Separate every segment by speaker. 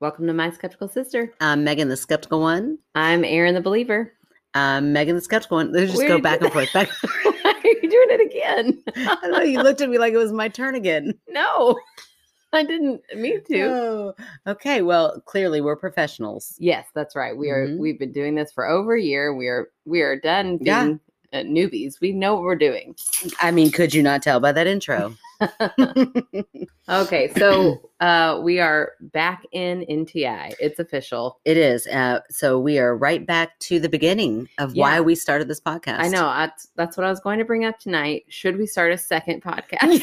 Speaker 1: Welcome to My Skeptical Sister.
Speaker 2: I'm um, Megan the skeptical one.
Speaker 1: I'm Aaron the Believer.
Speaker 2: I'm Megan the skeptical one. Let's just
Speaker 1: Where
Speaker 2: go
Speaker 1: did
Speaker 2: back and
Speaker 1: that-
Speaker 2: forth. Back.
Speaker 1: Why are you doing it again?
Speaker 2: I don't know. You looked at me like it was my turn again.
Speaker 1: No, I didn't mean to.
Speaker 2: Oh, okay. Well, clearly we're professionals.
Speaker 1: Yes, that's right. We are.
Speaker 2: Mhm.
Speaker 1: We've been doing this for over a year. We are. We are done
Speaker 2: Yeah.
Speaker 1: being uh, newbies. We know what we're doing.
Speaker 2: I mean, could you not tell by that intro?
Speaker 1: Okay, so uh, we are back in NTI. It's official.
Speaker 2: It is. Uh, so we are right back to the beginning of
Speaker 1: Yeah.
Speaker 2: why we started this podcast.
Speaker 1: I know. I, that's what I was going to bring up tonight. Should we start a second podcast?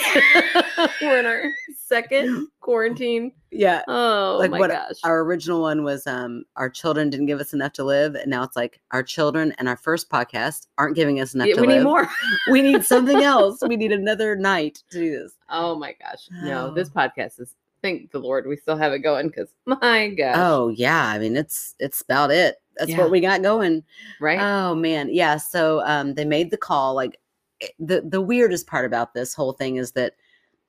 Speaker 1: We're in our second quarantine.
Speaker 2: Yeah.
Speaker 1: Oh
Speaker 2: Like
Speaker 1: my
Speaker 2: what
Speaker 1: gosh.
Speaker 2: Our original one was um, our children didn't give us enough to live, and now it's like our children and our first podcast aren't giving us enough
Speaker 1: Yeah,
Speaker 2: to
Speaker 1: we
Speaker 2: live.
Speaker 1: need more.
Speaker 2: We need something else. We need another night to do this.
Speaker 1: Oh my gosh. No,
Speaker 2: Oh.
Speaker 1: this podcast is thank the Lord we still have it going because my gosh.
Speaker 2: Oh yeah, I mean it's it's about it. That's
Speaker 1: Yeah.
Speaker 2: what we got going.
Speaker 1: right?
Speaker 2: Oh man, yeah. So um, they made the call. Like it- the the weirdest part about this whole thing is that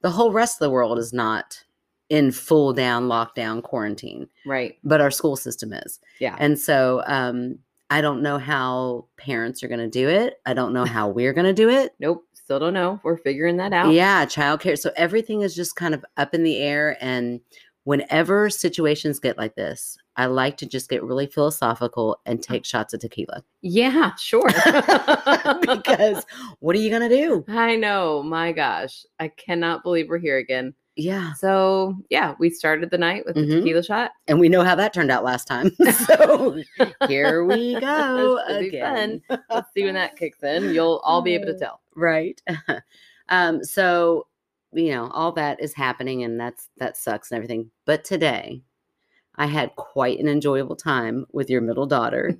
Speaker 2: the whole rest of the world is not in full down lockdown quarantine,
Speaker 1: right.
Speaker 2: but our school system is.
Speaker 1: Yeah.
Speaker 2: And so um, I don't know how parents are going to do it. I don't know how we're going to do it.
Speaker 1: Nope. Still don't know. We're figuring that out.
Speaker 2: Yeah, childcare. So everything is just kind of up in the air. And whenever situations get like this, I like to just get really philosophical and
Speaker 1: Uh-huh.
Speaker 2: take shots of tequila
Speaker 1: Yeah, sure.
Speaker 2: because what are you going to do?
Speaker 1: I know. My gosh. I cannot believe we're here again.
Speaker 2: Yeah.
Speaker 1: So yeah, we started the night with the
Speaker 2: Mhm.
Speaker 1: tequila shot.
Speaker 2: And we know how that turned out last time. So here we go
Speaker 1: This should be
Speaker 2: again.
Speaker 1: Let's see when that kicks in. You'll all be able to
Speaker 2: Uh,
Speaker 1: tell.
Speaker 2: Right. um, so, you know, all that is happening and that's that sucks and everything. But today, I had quite an enjoyable time with your middle daughter.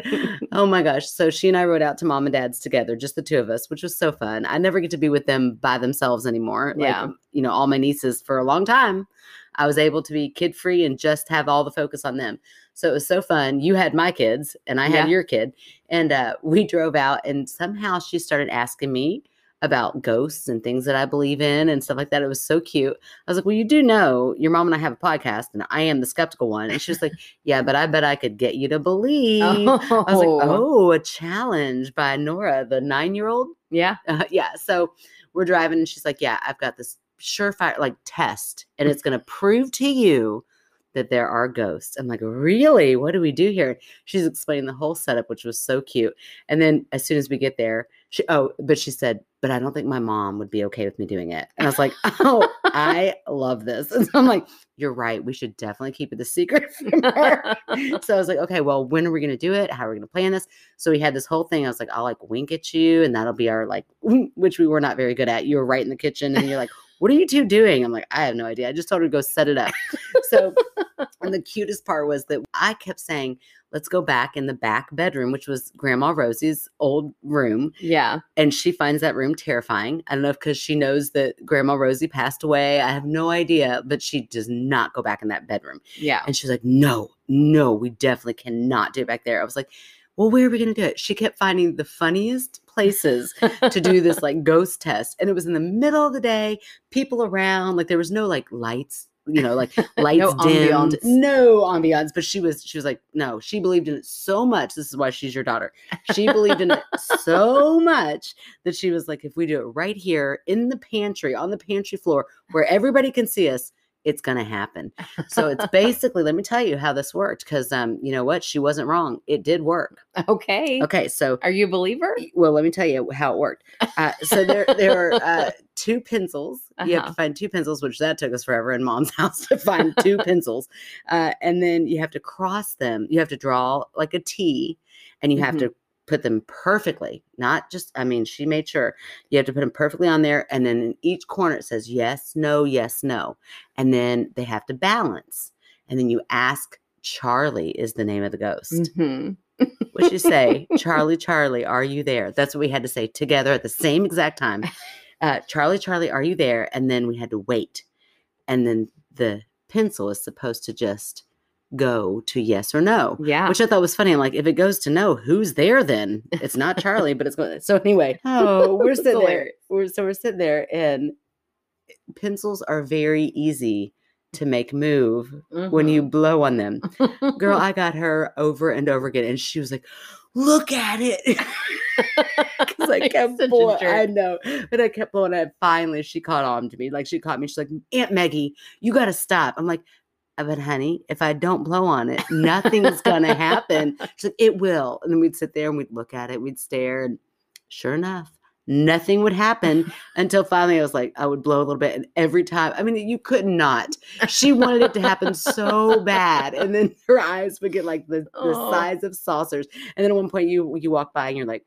Speaker 2: oh my gosh. So she and I rode out to mom and dad's together, just the two of us, which was so fun. I never get to be with them by themselves anymore.
Speaker 1: Yeah.
Speaker 2: You know, all my nieces for a long time, I was able to be kid free and just have all the focus on them. So it was so fun. You had my kids and I
Speaker 1: Yeah.
Speaker 2: had your kid. And uh, we drove out, and somehow she started asking me about ghosts and things that I believe in and stuff like that. It was so cute. I was like, Well, you do know your mom and I have a podcast, and I am the skeptical one. And she was like, Yeah, but I bet I could get
Speaker 1: Oh,
Speaker 2: you to believe. I was like, oh, a challenge by Nora, the nine year old.
Speaker 1: yeah.
Speaker 2: Uh, yeah. So we're driving and she's like, yeah, I've got this surefire like test and it's going to prove to you that there are ghosts. I'm like, really? What do we do here? She's explaining the whole setup, which was so cute. And then as soon as we get there, she, oh, but she said, but I don't think my mom would be okay with me doing it. And I was like, oh, I love this. And so I'm like, you're right. We should definitely keep it a secret from her so I was like, okay, well, when are we gonna do it? How are we gonna plan this? So we had this whole thing. I was like, I'll like wink at you, and that'll be our like, which we were not very good at. You were right in the kitchen, and you're like, what are you two doing? I'm like, I have no idea. I just told her to go set it up. So, and the cutest part was that I kept saying, let's go back in the back bedroom, which was Grandma Rosie's old room,
Speaker 1: yeah.
Speaker 2: and she finds that room terrifying. I don't know if because she knows that Grandma Rosie passed away. I have no idea, but she does not go back in that bedroom.
Speaker 1: Yeah.
Speaker 2: And she's like, no, no, we definitely cannot do it back there. I was like, well, where are we going to do it? She kept finding the funniest places to do this like ghost test. And it was in the middle of the day, people around, like there was no like lights, you know, like lights dimmed,
Speaker 1: ambiance.
Speaker 2: no ambiance. But she was, she was like, no, she believed in it so much. This is why she's your daughter. She believed in it so much that she was like, if we do it right here in the pantry, on the pantry floor where everybody can see us, it's going to happen. So it's basically, let me tell you how this worked because, um, you know what? She wasn't wrong. It did work.
Speaker 1: Okay.
Speaker 2: Okay. So,
Speaker 1: Are you a believer?
Speaker 2: well, let me tell you how it worked. Uh, so there, there are uh, two pencils. You have
Speaker 1: Uh-huh.
Speaker 2: to find two pencils, which that took us forever in mom's house to find two pencils. Uh, and then you have to cross them. You have to draw like a T and you have
Speaker 1: Mhm.
Speaker 2: to put them perfectly, not just, I mean, she made sure you have to put them perfectly on there. And then in each corner, it says yes, no, yes, no. And then they have to balance. And then you ask, Charlie is the name of the ghost.
Speaker 1: hmm
Speaker 2: Mm-hmm. What'd you say? Charlie, Charlie, are you there? That's what we had to say together at the same exact time. Uh, Charlie, Charlie, are you there? And then we had to wait. And then the pencil is supposed to just go to yes or no,
Speaker 1: Yeah.
Speaker 2: which I thought was funny. I'm like, if it goes to no, who's there then? It's not Charlie, but it's going. So anyway, oh, we're
Speaker 1: That's
Speaker 2: sitting there.
Speaker 1: hilarious.
Speaker 2: We're, so we're sitting there, and pencils are very easy to make move when you blow on them.
Speaker 1: Mhm.
Speaker 2: Girl, I got her over and over again, and she was like, "Look at it." 'Cause I
Speaker 1: You're
Speaker 2: kept
Speaker 1: such a
Speaker 2: blowing. I
Speaker 1: jerk.
Speaker 2: know, but I kept blowing. And finally, she caught on to me. Like she caught me. She's like, "Aunt Maggie, you got to stop." I'm like. "Uh, But honey, if I don't blow on it, nothing's gonna happen. She's like, it will. And then we'd sit there and we'd look at it, we'd stare, and sure enough, nothing would happen until finally I was like, I would blow a little bit. And every time, I mean, you could not. She wanted it to happen so bad. And then her eyes would get like the, the
Speaker 1: Oh.
Speaker 2: size of saucers. And then at one point you you walk by and you're like,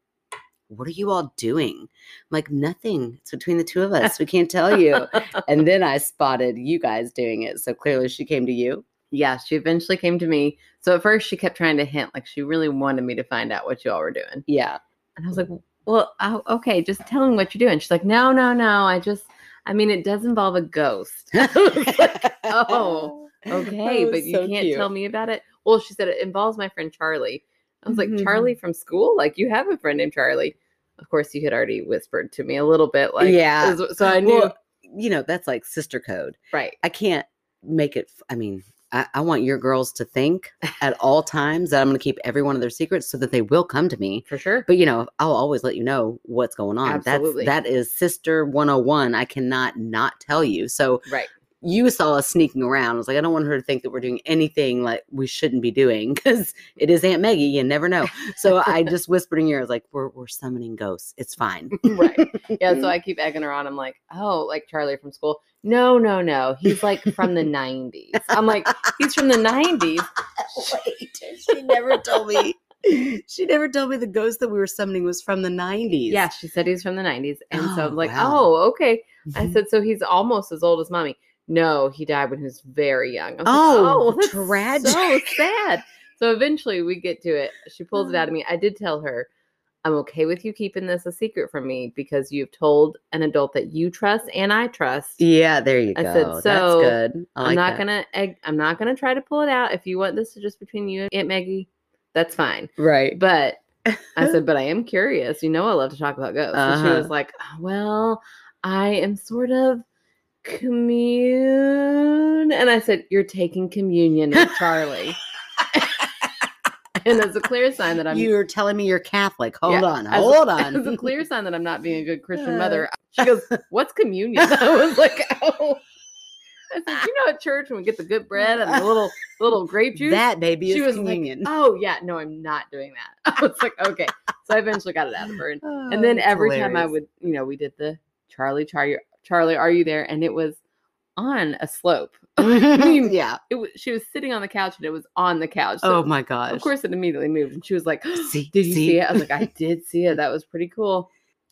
Speaker 2: what are you all doing? I'm like, nothing. It's between the two of us. We can't tell you. and then I spotted you guys doing it. So clearly she came to you.
Speaker 1: yeah, she eventually came to me. So at first she kept trying to hint, like she really wanted me to find out what you all were doing.
Speaker 2: Yeah.
Speaker 1: And I was like, well, I, okay, just tell me what you're doing. She's like, no, no, no. I just, I mean, it does involve a ghost. oh, Okay, but you can't tell me about it. Well, she said it involves my friend Charlie. I was like,
Speaker 2: Mhm.
Speaker 1: Charlie from school? Like, you have a friend named Charlie. Of course, you had already whispered to me a little bit. Like,
Speaker 2: Yeah.
Speaker 1: is- So I knew,
Speaker 2: Well, you know, that's like sister code.
Speaker 1: right.
Speaker 2: I can't make it. f- I mean, I, I want your girls to think at all times that I'm going to keep every one of their secrets so that they will come to me.
Speaker 1: For sure.
Speaker 2: But you know, I'll always let you know what's going on.
Speaker 1: Absolutely.
Speaker 2: That's that is sister 101. I cannot not tell you. So
Speaker 1: right.
Speaker 2: you saw us sneaking around. I was like, I don't want her to think that we're doing anything like we shouldn't be doing because it is Aunt Maggie. You never know. So I just whispered in your ears, like, we're, we're summoning ghosts. It's fine.
Speaker 1: Right. Yeah. So I keep egging her on. I'm like, oh, like Charlie from school. No, no, no. He's like from the 90s. I'm like, he's from the 90s.
Speaker 2: Wait, she never told me. She never told me the ghost that we were summoning was from the 90s.
Speaker 1: Yeah. She said he's from the 90s. And so
Speaker 2: Oh,
Speaker 1: I'm like,
Speaker 2: wow. Mm.
Speaker 1: oh, okay. I said, so he's almost as old as mommy. No, he died when he was very young. I was
Speaker 2: Oh,
Speaker 1: like, So
Speaker 2: tragic.
Speaker 1: sad. So eventually we get to it. She pulls it out of
Speaker 2: Mm.
Speaker 1: me. I did tell her, I'm okay with you keeping this a secret from me because you've told an adult that you trust and I trust.
Speaker 2: Yeah, there you
Speaker 1: I
Speaker 2: go.
Speaker 1: said,
Speaker 2: That's
Speaker 1: so,
Speaker 2: good. I
Speaker 1: I'm
Speaker 2: like
Speaker 1: not
Speaker 2: that.
Speaker 1: gonna egg, I'm not gonna try to pull it out. If you want this to just between you and Aunt Maggie, that's fine.
Speaker 2: Right.
Speaker 1: But I said, but I am curious. You know, I love to talk about ghosts. And she
Speaker 2: Uh-huh.
Speaker 1: was like, "Oh, well, I am sort of commune. And I said, you're taking communion with Charlie. and that's a clear sign that I'm.
Speaker 2: You're telling me you're Catholic. Hold
Speaker 1: Yeah,
Speaker 2: on.
Speaker 1: as a-
Speaker 2: Hold
Speaker 1: It's a
Speaker 2: on.
Speaker 1: clear sign that I'm not being a good Christian
Speaker 2: Uh.
Speaker 1: mother. She goes, "What's communion?" I was like, "Oh." I said, "You know, at church when we get the good bread and the little little grape juice."
Speaker 2: that baby
Speaker 1: she
Speaker 2: is
Speaker 1: was like,
Speaker 2: communion.
Speaker 1: oh yeah, no, I'm not doing that. I was like, okay. So I eventually got it out of her, and,
Speaker 2: Oh,
Speaker 1: and then every time I would, you know, we did the Charlie, Charlie, Charlie, are you there? And it was on a slope.
Speaker 2: would. yeah.
Speaker 1: It was, she was sitting on the couch, and it was on the couch. So
Speaker 2: Oh my gosh.
Speaker 1: of course, it immediately moved, and she was like,
Speaker 2: See,
Speaker 1: did you see it? I was like, I did see it. That was pretty cool.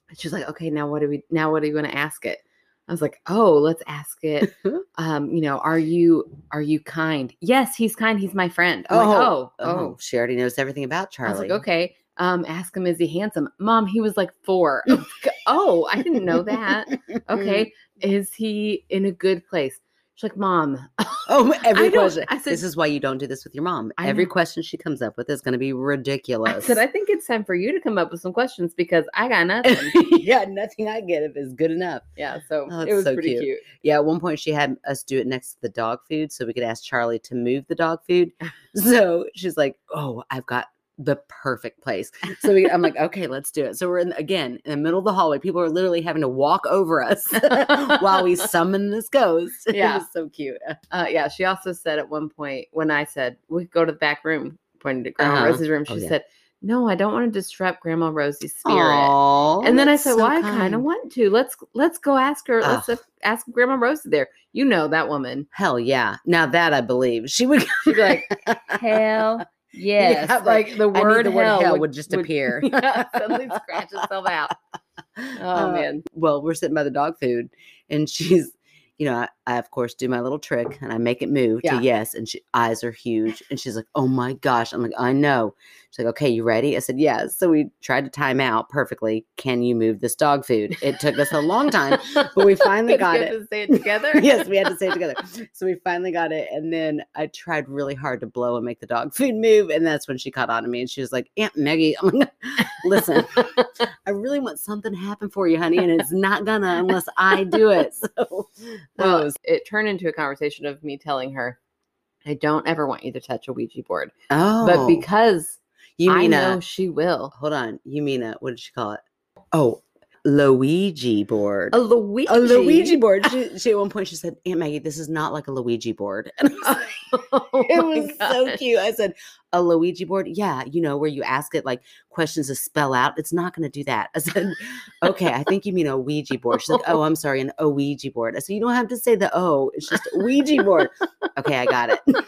Speaker 1: And she was like, okay, now what do we now what are you gonna ask it? I was like, oh, let's ask it. Um, you know, are you are you kind? Yes, he's kind, he's my friend. I'm like,
Speaker 2: Oh,
Speaker 1: oh, oh.
Speaker 2: she already knows everything about
Speaker 1: I
Speaker 2: Charlie.
Speaker 1: was like, okay. Um, ask him is he handsome? Mom, he was like four. I was like, oh, I didn't know that.
Speaker 2: Mm.
Speaker 1: Okay. Is he in a good place? She's like, Mom,
Speaker 2: Oh, every
Speaker 1: I don't-
Speaker 2: question.
Speaker 1: I said-
Speaker 2: this is why you don't do this with your mom.
Speaker 1: I
Speaker 2: every
Speaker 1: know.
Speaker 2: question she comes up with is going to be
Speaker 1: I
Speaker 2: ridiculous.
Speaker 1: said, I think it's time for you to come up with some questions because I got nothing.
Speaker 2: yeah, nothing I get if is good enough.
Speaker 1: yeah, so
Speaker 2: Oh,
Speaker 1: it
Speaker 2: that's
Speaker 1: was
Speaker 2: so
Speaker 1: pretty
Speaker 2: cute.
Speaker 1: cute.
Speaker 2: Yeah, at one point she had us do it next to the dog food so we could ask Charlie to move the dog food. So she's like, "Oh, I've got the perfect place." So we, I'm like, "Okay, let's do it." So we're in, again in the middle of the hallway. People are literally having to walk over us while we summon this ghost.
Speaker 1: Yeah.
Speaker 2: it was so cute.
Speaker 1: Uh, yeah, she also said at one point when I said we could go to the back room, pointed at Grandma
Speaker 2: Uh-huh.
Speaker 1: Rosie's room, she
Speaker 2: Oh, yeah.
Speaker 1: said, "No, I don't want to disrupt Grandma Rosie's spirit."
Speaker 2: Aw,
Speaker 1: and then I
Speaker 2: that's
Speaker 1: said,
Speaker 2: so
Speaker 1: "Well, I kind of
Speaker 2: kind.
Speaker 1: want to. Let's let's go ask her. Let's uh,
Speaker 2: Ugh.
Speaker 1: ask Grandma Rosie there. You know that woman.
Speaker 2: Hell yeah! Now that I believe she would.
Speaker 1: She'd be like, hell yes,
Speaker 2: Yeah, like,
Speaker 1: like the
Speaker 2: I knew
Speaker 1: word
Speaker 2: the word
Speaker 1: hell,
Speaker 2: hell would just appear.
Speaker 1: yeah, suddenly scratch itself out. Oh
Speaker 2: Uh,
Speaker 1: man,
Speaker 2: well, we're sitting by the dog food, and she's, you know, I, I of course do my little trick and I make it move
Speaker 1: Yeah.
Speaker 2: to yes, and she eyes are huge, and she's like, "Oh my gosh!" I'm like, "I know." She's like, "Okay, you ready?" I said, "Yes." So we tried to time out perfectly. Can you move this dog food? It took us a long time, but we finally
Speaker 1: Did
Speaker 2: got
Speaker 1: you
Speaker 2: it.
Speaker 1: have to say it together.
Speaker 2: yes, we had to say it together. So we finally got it, and then I tried really hard to blow and make the dog food move, and that's when she caught on to me, and she was like, "Aunt Maggie, I'm gonna- listen." I really want something to happen for you, honey, and it's not gonna unless I do it. So
Speaker 1: Well, it turned into a conversation of me telling her, I don't ever want you to touch a Ouija board.
Speaker 2: oh,
Speaker 1: But because
Speaker 2: you
Speaker 1: I
Speaker 2: mean
Speaker 1: know
Speaker 2: a
Speaker 1: she will.
Speaker 2: hold on, you mean a what did she call it? Oh, Luigi board.
Speaker 1: A Luigi.
Speaker 2: a Luigi board. She, she at one point she said, "Aunt Maggie, this is not like a Luigi board." And I was like,
Speaker 1: Oh
Speaker 2: it was so cute. I said, "A Luigi board? Yeah, you know where you ask it like questions to spell out. It's not going to do that." I said, "Okay, I think you mean a Ouija board." She said, "Oh, I'm sorry, an Ouija board." I said, "You don't have to say the O. It's just Ouija board." okay, I got it.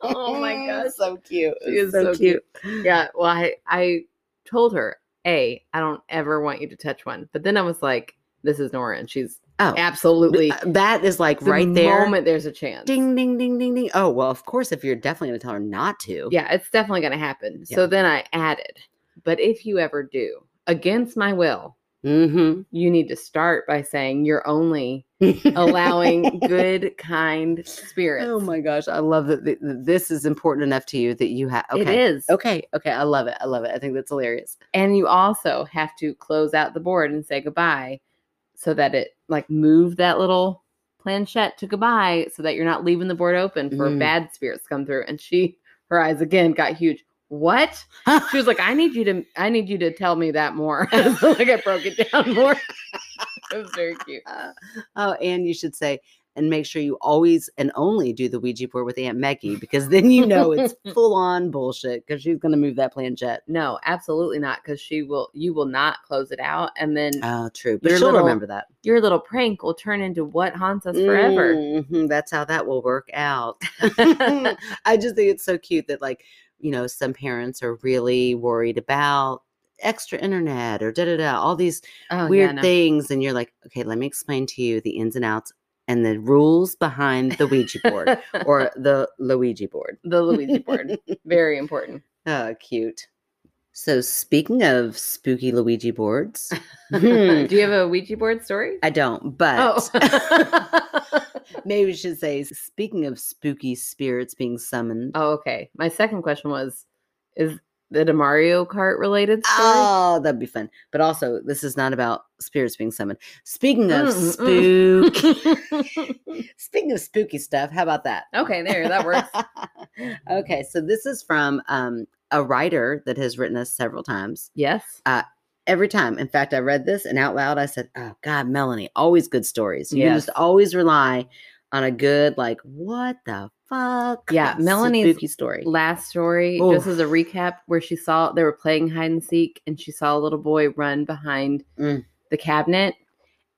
Speaker 1: Oh my gosh.
Speaker 2: so cute. It
Speaker 1: She
Speaker 2: was
Speaker 1: is so Yeah. Well, I, I told her, A, I don't ever want you to touch one. But then I was like, this is Nora. And she's
Speaker 2: Oh,
Speaker 1: absolutely
Speaker 2: uh, that is like
Speaker 1: the
Speaker 2: right there.
Speaker 1: moment there's a chance.
Speaker 2: Ding, ding, ding, ding, ding. Oh well, of course, if you're definitely going to tell her not to.
Speaker 1: Yeah, it's definitely going to happen.
Speaker 2: Yeah.
Speaker 1: So then I added, but if you ever do, against my will,
Speaker 2: Mm-hmm.
Speaker 1: you need to start by saying you're only allowing good, kind spirits.
Speaker 2: Oh my gosh, I love that th- th- this is important enough to you that you have. Okay.
Speaker 1: It is.
Speaker 2: Okay, okay, I love it. I love it. I think that's hilarious.
Speaker 1: And you also have to close out the board and say goodbye so that it like move that little planchette to goodbye so that you're not leaving the board open for
Speaker 2: Mm.
Speaker 1: bad spirits to come through. And she, her eyes again got huge. What? She was like, I need you to, I need you to tell me that more. like I broke it down more. it was very cute.
Speaker 2: oh, and you should say, and make sure you always and only do the Ouija board with Aunt Meggie because then you know it's full on bullshit because she's going to move that planchette.
Speaker 1: No, absolutely not. Cause she will, you will not close it out. And then
Speaker 2: Oh, true. But
Speaker 1: Your
Speaker 2: she'll
Speaker 1: little
Speaker 2: remember that.
Speaker 1: your little prank will turn into what haunts us forever.
Speaker 2: Mhm, that's how that will work out. I just think it's so cute that, like, you know, some parents are really worried about extra internet or da da da, all these
Speaker 1: Oh,
Speaker 2: weird
Speaker 1: no.
Speaker 2: things. And you're like, okay, let me explain to you the ins and outs and the rules behind the Ouija board or the Luigi board.
Speaker 1: the Luigi board. Very important.
Speaker 2: Oh, cute. So, speaking of spooky Luigi boards, hmm,
Speaker 1: Do you have a Ouija board story?
Speaker 2: I don't, but.
Speaker 1: oh.
Speaker 2: Maybe we should say, speaking of spooky spirits being summoned.
Speaker 1: oh, okay. My second question was Is it a Mario Kart related story?
Speaker 2: Oh, that'd be fun. But also, this is not about spirits being summoned. Speaking of
Speaker 1: Mm,
Speaker 2: spook, speaking of spooky stuff, how about that?
Speaker 1: okay, there. That works.
Speaker 2: okay, so this is from um, a writer that has written us several times.
Speaker 1: Yes.
Speaker 2: Every time, in fact, I read this and out loud, I said, "Oh God, Melanie, always good stories. You can
Speaker 1: Yes.
Speaker 2: just always rely on a good, like, what the fuck?
Speaker 1: Yeah, Melanie's
Speaker 2: spooky story.
Speaker 1: Last story, just as a recap, where she saw they were playing hide and seek and she saw a little boy run behind
Speaker 2: Mm.
Speaker 1: the cabinet.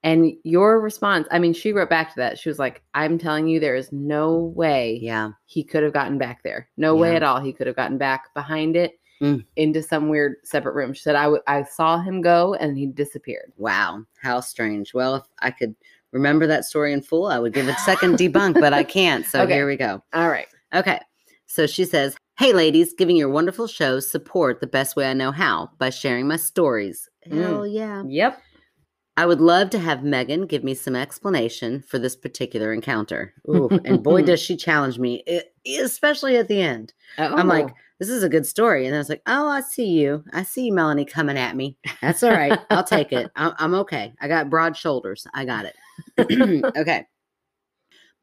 Speaker 1: And your response, I mean, she wrote back to that. She was like, I'm telling you, there is no way
Speaker 2: yeah,
Speaker 1: he could have gotten back there. No way
Speaker 2: Yeah.
Speaker 1: at all he could have gotten back behind it
Speaker 2: Mm.
Speaker 1: into some weird separate room. She said, "I w- I saw him go and he disappeared.
Speaker 2: Wow, how strange. Well, if I could remember that story in full, I would give it second debunk, but I can't. So
Speaker 1: Okay.
Speaker 2: here we go.
Speaker 1: All right.
Speaker 2: Okay. So she says, Hey, ladies, giving your wonderful show support the best way I know how by sharing my stories.
Speaker 1: Mm.
Speaker 2: Hell yeah.
Speaker 1: Yep.
Speaker 2: I would love to have Megan give me some explanation for this particular encounter. Ooh, and boy, does she challenge me, e- especially at the end.
Speaker 1: Oh.
Speaker 2: I'm like, This is a good story. And I was like, Oh, I see you. I see you, Melanie, coming at me. That's all right. I'll take it. I'm, I'm okay. I got broad shoulders. I got it. okay.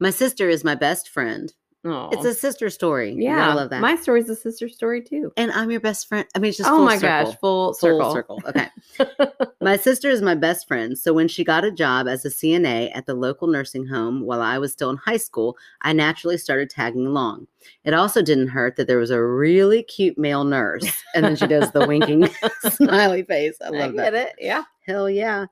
Speaker 2: My sister is my best friend.
Speaker 1: oh,
Speaker 2: It's a sister story. You gotta
Speaker 1: yeah.
Speaker 2: love that.
Speaker 1: My story's a sister story too.
Speaker 2: and I'm your best friend. I mean, it's just
Speaker 1: oh
Speaker 2: full
Speaker 1: my
Speaker 2: circle.
Speaker 1: gosh, full
Speaker 2: Full
Speaker 1: circle.
Speaker 2: circle. Okay. my sister is my best friend. So when she got a job as a CNA at the local nursing home while I was still in high school, I naturally started tagging along. It also didn't hurt that there was a really cute male nurse. And then she does the winking smiley face. I
Speaker 1: I,
Speaker 2: love that.
Speaker 1: get it. Yeah.
Speaker 2: Hell yeah.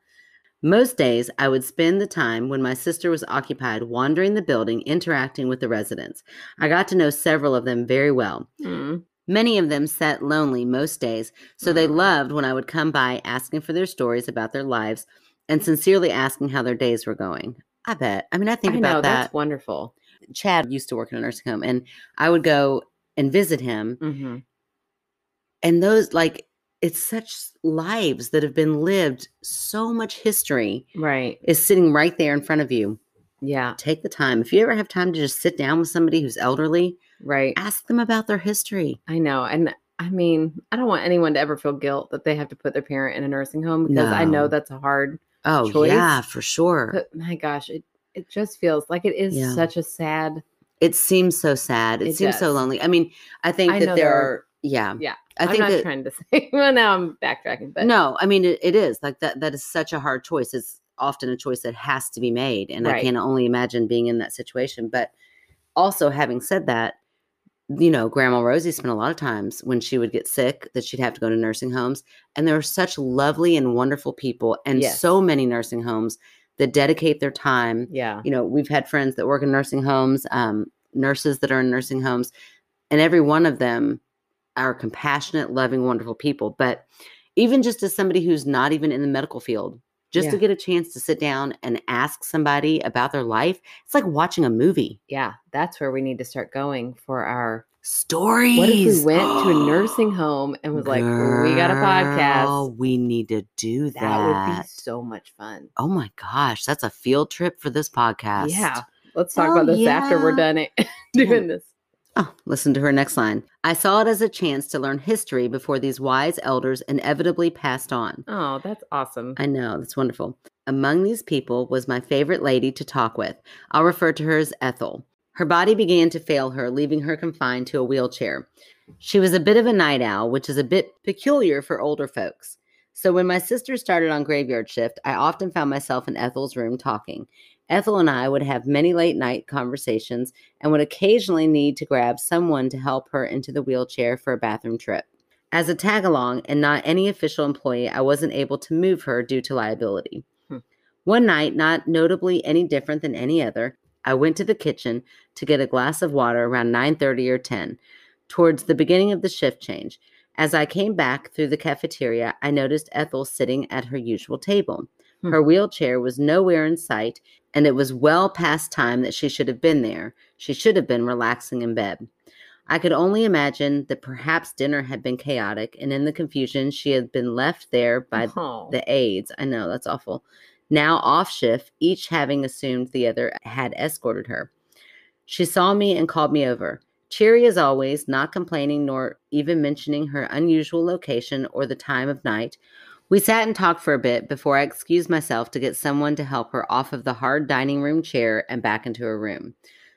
Speaker 2: Most days, I would spend the time when my sister was occupied wandering the building, interacting with the residents. I got to know several of them very well.
Speaker 1: Mm.
Speaker 2: Many of them sat lonely most days, so they
Speaker 1: Mm.
Speaker 2: loved when I would come by asking for their stories about their lives and sincerely asking how their days were going. I bet. I mean, I think
Speaker 1: I
Speaker 2: about
Speaker 1: know
Speaker 2: that.
Speaker 1: that's wonderful.
Speaker 2: Chad used to work in a nursing home, and I would go and visit him.
Speaker 1: hmm
Speaker 2: And those, like, it's such lives that have been lived, so much history
Speaker 1: Right.
Speaker 2: is sitting right there in front of you.
Speaker 1: Yeah.
Speaker 2: Take the time. If you ever have time to just sit down with somebody who's elderly,
Speaker 1: Right.
Speaker 2: ask them about their history.
Speaker 1: I know. And I mean, I don't want anyone to ever feel guilt that they have to put their parent in a nursing home because I
Speaker 2: No.
Speaker 1: know that's a hard
Speaker 2: Oh,
Speaker 1: Choice.
Speaker 2: yeah, for sure.
Speaker 1: But my gosh, it it just feels like it is
Speaker 2: Yeah.
Speaker 1: such a sad.
Speaker 2: It seems so sad. It,
Speaker 1: It
Speaker 2: seems so
Speaker 1: does.
Speaker 2: lonely. I mean, I think
Speaker 1: I
Speaker 2: that
Speaker 1: know
Speaker 2: there,
Speaker 1: there
Speaker 2: are,
Speaker 1: are-
Speaker 2: yeah.
Speaker 1: Yeah.
Speaker 2: I
Speaker 1: I'm
Speaker 2: think
Speaker 1: not
Speaker 2: that
Speaker 1: trying to say. Well, now I'm backtracking, but
Speaker 2: no, I mean it, it is like that. That is such a hard choice. It's often a choice that has to be made, and I
Speaker 1: Right.
Speaker 2: can only imagine being in that situation. But also, having said that, you know, Grandma Rosie spent a lot of times when she would get sick that she'd have to go to nursing homes, and there are such lovely and wonderful people, and
Speaker 1: Yes.
Speaker 2: so many nursing homes that dedicate their time
Speaker 1: yeah,
Speaker 2: you know, we've had friends that work in nursing homes, um, nurses that are in nursing homes, and every one of them are compassionate, loving, wonderful people. But even just as somebody who's not even in the medical field, just to
Speaker 1: Yeah.
Speaker 2: get a chance to sit down and ask somebody about their life, it's like watching a movie.
Speaker 1: yeah. That's where we need to start going for our.
Speaker 2: Stories.
Speaker 1: What if we went to a nursing home and was like, we got a
Speaker 2: Girl,
Speaker 1: podcast?
Speaker 2: We need to do that.
Speaker 1: That would be so much fun.
Speaker 2: oh my gosh, that's a field trip for this podcast.
Speaker 1: Yeah. Let's talk
Speaker 2: Oh,
Speaker 1: about this after we're
Speaker 2: yeah.
Speaker 1: done it, doing this.
Speaker 2: Oh, listen to her next line. I saw it as a chance to learn history before these wise elders inevitably passed on.
Speaker 1: Oh, that's awesome.
Speaker 2: I know, that's wonderful. Among these people was my favorite lady to talk with. I'll refer to her as Ethel. Her body began to fail her, leaving her confined to a wheelchair. She was a bit of a night owl, which is a bit peculiar for older folks. So when my sister started on graveyard shift, I often found myself in Ethel's room talking. Ethel and I would have many late night conversations and would occasionally need to grab someone to help her into the wheelchair for a bathroom trip. As a tag along and not any official employee, I wasn't able to move her due to liability.
Speaker 1: Hmm.
Speaker 2: One night, not notably any different than any other, I went to the kitchen to get a glass of water around 9:30 or 10, towards the beginning of the shift change. As I came back through the cafeteria, I noticed Ethel sitting at her usual table.
Speaker 1: Hmm.
Speaker 2: Her wheelchair was nowhere in sight, and it was well past time that she should have been there. She should have been relaxing in bed. I could only imagine that perhaps dinner had been chaotic, and in the confusion, she had been left there by
Speaker 1: oh,
Speaker 2: the aides. I know, that's awful. Now off shift, each having assumed the other had escorted her. She saw me and called me over. Cheery as always, not complaining nor even mentioning her unusual location or the time of night. We sat and talked for a bit before I excused myself to get someone to help her off of the hard dining room chair and back into her room.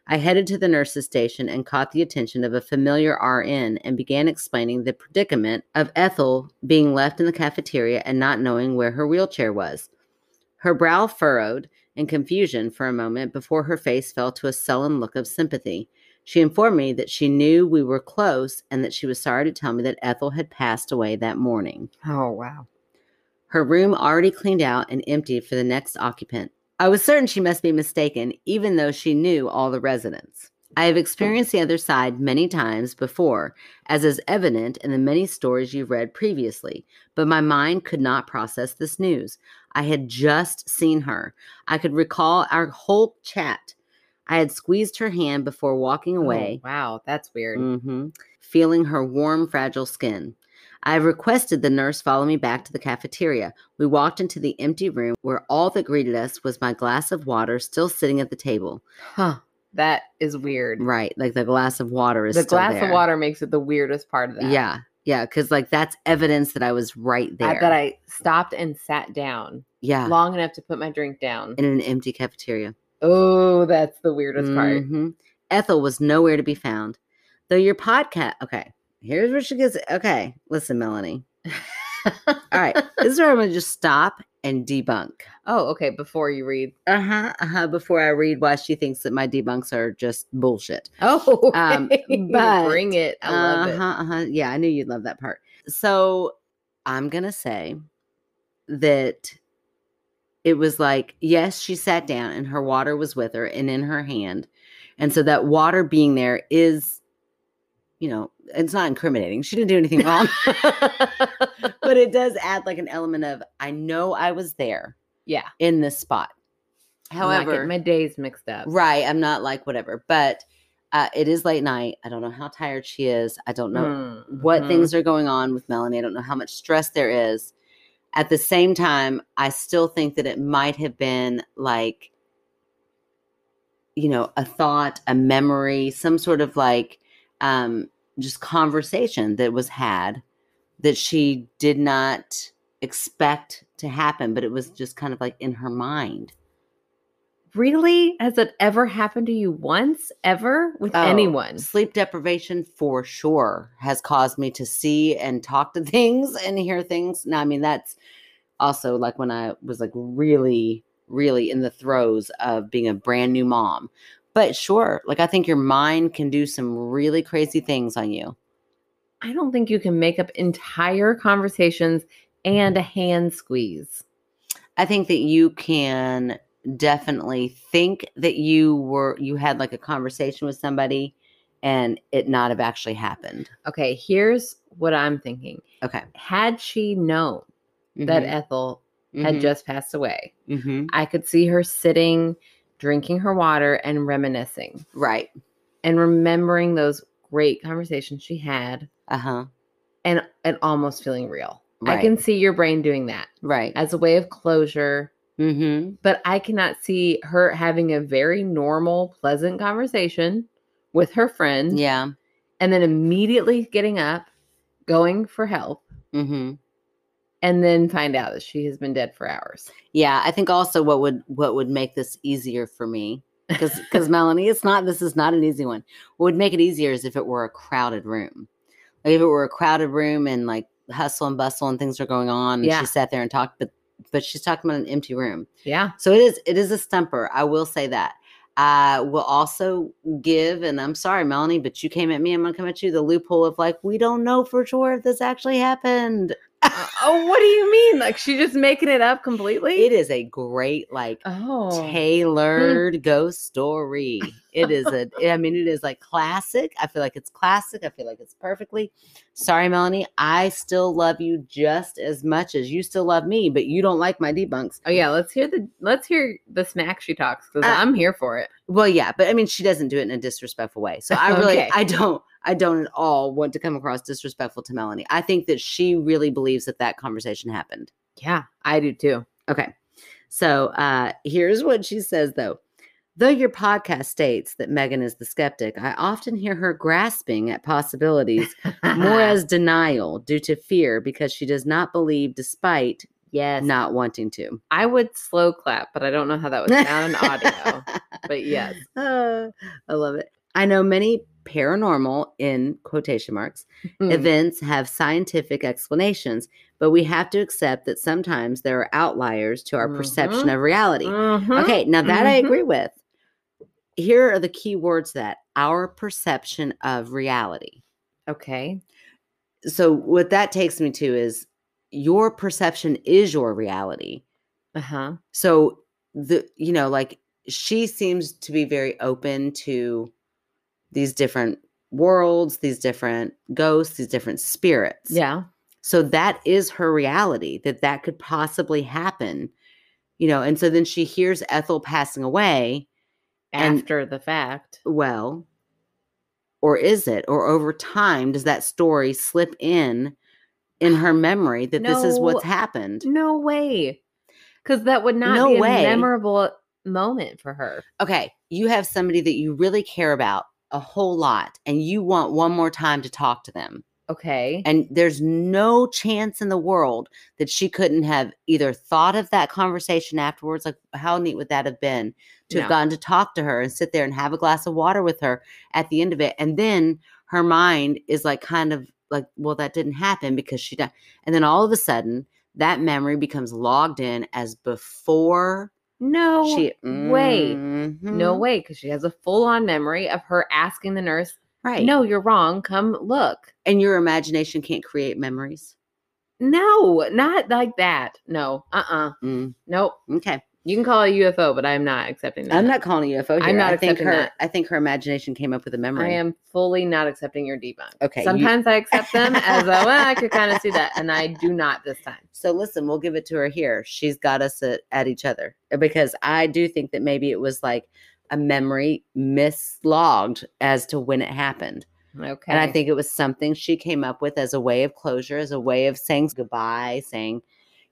Speaker 2: I headed to the nurse's station and caught the attention of a familiar RN and began explaining the predicament of Ethel being left in the cafeteria and not knowing where her wheelchair was. Her brow furrowed in confusion for a moment before her face fell to a sullen look of sympathy. She informed me that she knew we were close and that she was sorry to tell me that Ethel had passed away that morning.
Speaker 1: oh, wow.
Speaker 2: Her room already cleaned out and emptied for the next occupant. I was certain she must be mistaken, even though she knew all the residents. I have experienced the other side many times before, as is evident in the many stories you've read previously, but my mind could not process this news. I had just seen her. I could recall our whole chat. I had squeezed her hand before walking
Speaker 1: Oh,
Speaker 2: away,
Speaker 1: wow, that's weird.
Speaker 2: hmm Feeling her warm, fragile skin. I requested the nurse follow me back to the cafeteria. We walked into the empty room where all that greeted us was my glass of water still sitting at the table.
Speaker 1: Huh. That is weird.
Speaker 2: Right, like the glass of water is
Speaker 1: The
Speaker 2: still
Speaker 1: glass
Speaker 2: there.
Speaker 1: of water makes it the weirdest part of that.
Speaker 2: Yeah, yeah, because like that's evidence that I was right
Speaker 1: I-
Speaker 2: there.
Speaker 1: that I stopped and sat down
Speaker 2: yeah,
Speaker 1: long enough to put my drink down.
Speaker 2: in an empty cafeteria.
Speaker 1: Oh, that's the weirdest part.
Speaker 2: Mhm. Ethel was nowhere to be found. Though your podcast, okay, here's where she gets. Okay, listen, Melanie. All right, this is where I'm gonna just stop and debunk.
Speaker 1: Oh, okay. Before you read.
Speaker 2: Uh huh. Uh huh. Before I read why she thinks that my debunks are just bullshit.
Speaker 1: Oh,
Speaker 2: Um,
Speaker 1: okay.
Speaker 2: but,
Speaker 1: bring it. I love
Speaker 2: uh-huh,
Speaker 1: it.
Speaker 2: Uh-huh. Yeah, I knew you'd love that part. So I'm gonna say that it was like, yes, she sat down and her water was with her and in her hand. And so that water being there is, you know, it's not incriminating. She didn't do anything wrong,
Speaker 1: uh-huh.
Speaker 2: but it does add like an element of I know I was there
Speaker 1: yeah.
Speaker 2: in this spot.
Speaker 1: I'm not getting
Speaker 2: However,
Speaker 1: my days mixed up.
Speaker 2: Right. I'm not like whatever, but uh, it is late night. I don't know how tired she is. I
Speaker 1: Mm-hmm.
Speaker 2: don't know what
Speaker 1: Mhm.
Speaker 2: things are going on with Melanie. I don't know how much stress there is. At the same time, I still think that it might have been like, you know, a thought, a memory, some sort of like um, just conversation that was had that she did not expect to happen, but it was just kind of like in her mind.
Speaker 1: Mm-hmm. really? Has it ever happened to you once, ever, with
Speaker 2: Oh,
Speaker 1: anyone?
Speaker 2: Sleep deprivation for sure has caused me to see and talk to things and hear things. Now, I mean, that's also like when I was like really, really in the throes of being a brand new mom. But sure, like I think your mind can do some really crazy things on you.
Speaker 1: I don't think you can make up entire conversations and a hand squeeze.
Speaker 2: I think that you can definitely think that you were you had like a conversation with somebody and it not have actually happened.
Speaker 1: Okay, here's what I'm thinking.
Speaker 2: Okay.
Speaker 1: Had she known that Ethel
Speaker 2: Mm-hmm.
Speaker 1: had just passed away,
Speaker 2: hmm
Speaker 1: I could see her sitting, drinking her water, and reminiscing
Speaker 2: right.
Speaker 1: and remembering those great conversations she had
Speaker 2: Uh-huh.
Speaker 1: and, and almost feeling real.
Speaker 2: Right.
Speaker 1: I can see your brain doing that
Speaker 2: Right.
Speaker 1: as a way of closure,
Speaker 2: Mm-hmm.
Speaker 1: but I cannot see her having a very normal, pleasant conversation with her friend
Speaker 2: Yeah.
Speaker 1: and then immediately getting up, going for help,
Speaker 2: Mm-hmm.
Speaker 1: and then find out that she has been dead for hours.
Speaker 2: Yeah. I think also what would what would make this easier for me because because Melanie, it's not this is not an easy one. What would make it easier is if it were a crowded room. Like if it were a crowded room and like hustle and bustle and things are going on, and
Speaker 1: Yeah.
Speaker 2: she sat there and talked, but but she's talking about an empty room.
Speaker 1: Yeah.
Speaker 2: So it is it is a stumper. I will say that. I will also give, and I'm sorry, Melanie, but you came at me. I'm gonna come at you. The loophole of like we don't know for sure if this actually happened.
Speaker 1: Uh, oh, what do you mean? Like she just making it up completely?
Speaker 2: It is a great like
Speaker 1: oh.
Speaker 2: tailored ghost story. It is a, I mean, it is like classic. I feel like it's classic. I feel like it's perfectly. Sorry, Melanie. I still love you just as much as you still love me, but you don't like my debunks.
Speaker 1: Oh yeah, let's hear the let's hear the smack she talks because
Speaker 2: Uh,
Speaker 1: I'm here for it.
Speaker 2: Well, yeah, but I mean, she doesn't do it in a disrespectful way. So I really,
Speaker 1: Okay.
Speaker 2: I don't, I don't at all want to come across disrespectful to Melanie. I think that she really believes that that conversation happened.
Speaker 1: Yeah, I do too.
Speaker 2: Okay. So uh, here's what she says, though. Though your podcast states that Megan is the skeptic, I often hear her grasping at possibilities more as denial due to fear because she does not believe despite
Speaker 1: yes.
Speaker 2: not wanting to.
Speaker 1: I would slow clap, but I don't know how that would sound on audio. But yes.
Speaker 2: Uh, I love it. I know many paranormal, in quotation marks,
Speaker 1: Mm.
Speaker 2: Events have scientific explanations, but we have to accept that sometimes there are outliers to our perception
Speaker 1: Mhm.
Speaker 2: of reality.
Speaker 1: Mhm.
Speaker 2: Okay, now that I
Speaker 1: Mhm.
Speaker 2: agree with. Here are the key words to that our perception of reality.
Speaker 1: Okay.
Speaker 2: So, what that takes me to is your perception is your reality.
Speaker 1: Uh-huh.
Speaker 2: So, the, you know, like she seems to be very open to these different worlds, these different ghosts, these different spirits.
Speaker 1: Yeah.
Speaker 2: So that is her reality that that could possibly happen, you know. And so then she hears Ethel passing away. And-
Speaker 1: After the fact.
Speaker 2: Well, or is it? Or over time, does that story slip in in her memory that this is what's
Speaker 1: No.
Speaker 2: happened?
Speaker 1: No way. Because that would not
Speaker 2: No
Speaker 1: be a
Speaker 2: way.
Speaker 1: memorable moment for her.
Speaker 2: Okay, you have somebody that you really care about a whole lot, and you want one more time to talk to them.
Speaker 1: Okay.
Speaker 2: And there's no chance in the world that she couldn't have either thought of that conversation afterwards. Like, how neat would that have been to
Speaker 1: No.
Speaker 2: have gotten to talk to her and sit there and have a glass of water with her at the end of it? And then her mind is like, kind of like, well, that didn't happen because she died. And then all of a sudden, that memory becomes logged in as before
Speaker 1: no Mm-hmm.
Speaker 2: she.
Speaker 1: way. No
Speaker 2: Mhm.
Speaker 1: way. Because she has a full on memory of her asking the nurse,
Speaker 2: Right.
Speaker 1: no, you're wrong. Come look.
Speaker 2: And your imagination can't create memories.
Speaker 1: No, not like that. No. Uh uh
Speaker 2: Mm,
Speaker 1: Nope.
Speaker 2: Okay.
Speaker 1: You can call it a UFO, but I am not accepting that.
Speaker 2: I'm not calling a UFO here.
Speaker 1: I'm not
Speaker 2: I think
Speaker 1: accepting
Speaker 2: her.
Speaker 1: that.
Speaker 2: I think her imagination came up with a memory.
Speaker 1: I am fully not accepting your debunk.
Speaker 2: Okay, you-
Speaker 1: Sometimes I accept them as a, well, I could kind of see that, and I do not this time.
Speaker 2: So listen, we'll give it to her here. She's got us at, at each other because I do think that maybe it was like a memory mislogged as to when it happened,
Speaker 1: Okay.
Speaker 2: and I think it was something she came up with as a way of closure, as a way of saying goodbye, saying,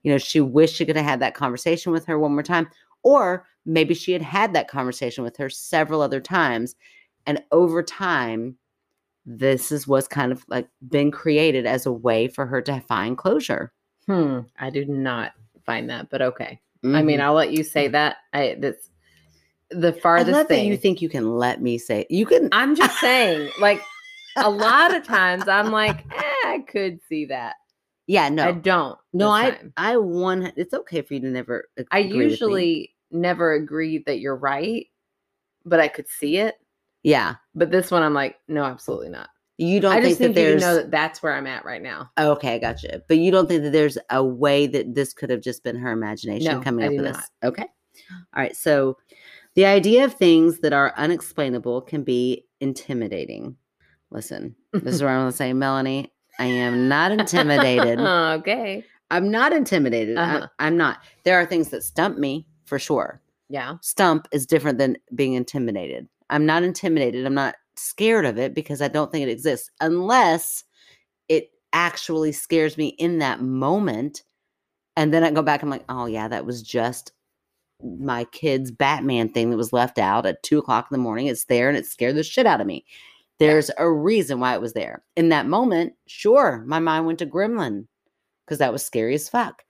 Speaker 2: you know, she wished she could have had that conversation with her one more time, or maybe she had had that conversation with her several other times, and over time. This is what's kind of like been created as a way for her to find closure.
Speaker 1: Hmm. I do not find that, but okay. I
Speaker 2: Mhm.
Speaker 1: mean, I'll let you say that. I that's the
Speaker 2: I
Speaker 1: farthest
Speaker 2: love
Speaker 1: thing.
Speaker 2: that you think you can let me say you can.
Speaker 1: I'm just saying, like a lot of times I'm like, eh, I could see that.
Speaker 2: Yeah,
Speaker 1: I
Speaker 2: no,
Speaker 1: don't.
Speaker 2: no,
Speaker 1: this
Speaker 2: I,
Speaker 1: time.
Speaker 2: I one. It's okay for you to never. ag-
Speaker 1: I
Speaker 2: agree with me.
Speaker 1: usually never agree that you're right, but I could see it.
Speaker 2: yeah.
Speaker 1: But this one, I'm like, no, absolutely not.
Speaker 2: You don't
Speaker 1: I
Speaker 2: think
Speaker 1: just
Speaker 2: that
Speaker 1: think, you
Speaker 2: there's
Speaker 1: know that that's where I'm at right now.
Speaker 2: okay, I gotcha. But you don't think that there's a way that this could have just been her imagination
Speaker 1: No,
Speaker 2: coming
Speaker 1: I
Speaker 2: up
Speaker 1: do
Speaker 2: with
Speaker 1: not.
Speaker 2: this. Okay. All right. So the idea of things that are unexplainable can be intimidating. Listen, this is where I'm gonna say, Melanie, I am not intimidated.
Speaker 1: okay.
Speaker 2: I'm not intimidated.
Speaker 1: Uh-huh.
Speaker 2: I, I'm not. There are things that stump me for sure.
Speaker 1: Yeah.
Speaker 2: Stump is different than being intimidated. I'm not intimidated. I'm not scared of it because I don't think it exists unless it actually scares me in that moment. And then I go back, I'm like, oh, yeah, that was just my kid's Batman thing that was left out at two o'clock in the morning. It's there and it scared the shit out of me. There's a reason why it was there. In that moment, sure, my mind went to Gremlin because that was scary as fuck.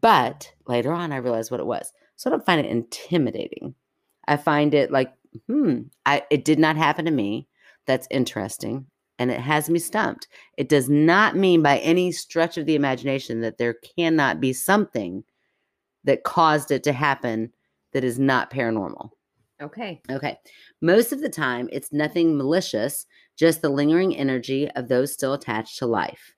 Speaker 2: But later on, I realized what it was. So I don't find it intimidating. I find it like, hmm, I, it did not happen to me. That's interesting. And it has me stumped. It does not mean by any stretch of the imagination that there cannot be something that caused it to happen that is not paranormal.
Speaker 1: Okay.
Speaker 2: Okay. Most of the time, it's nothing malicious, just the lingering energy of those still attached to life.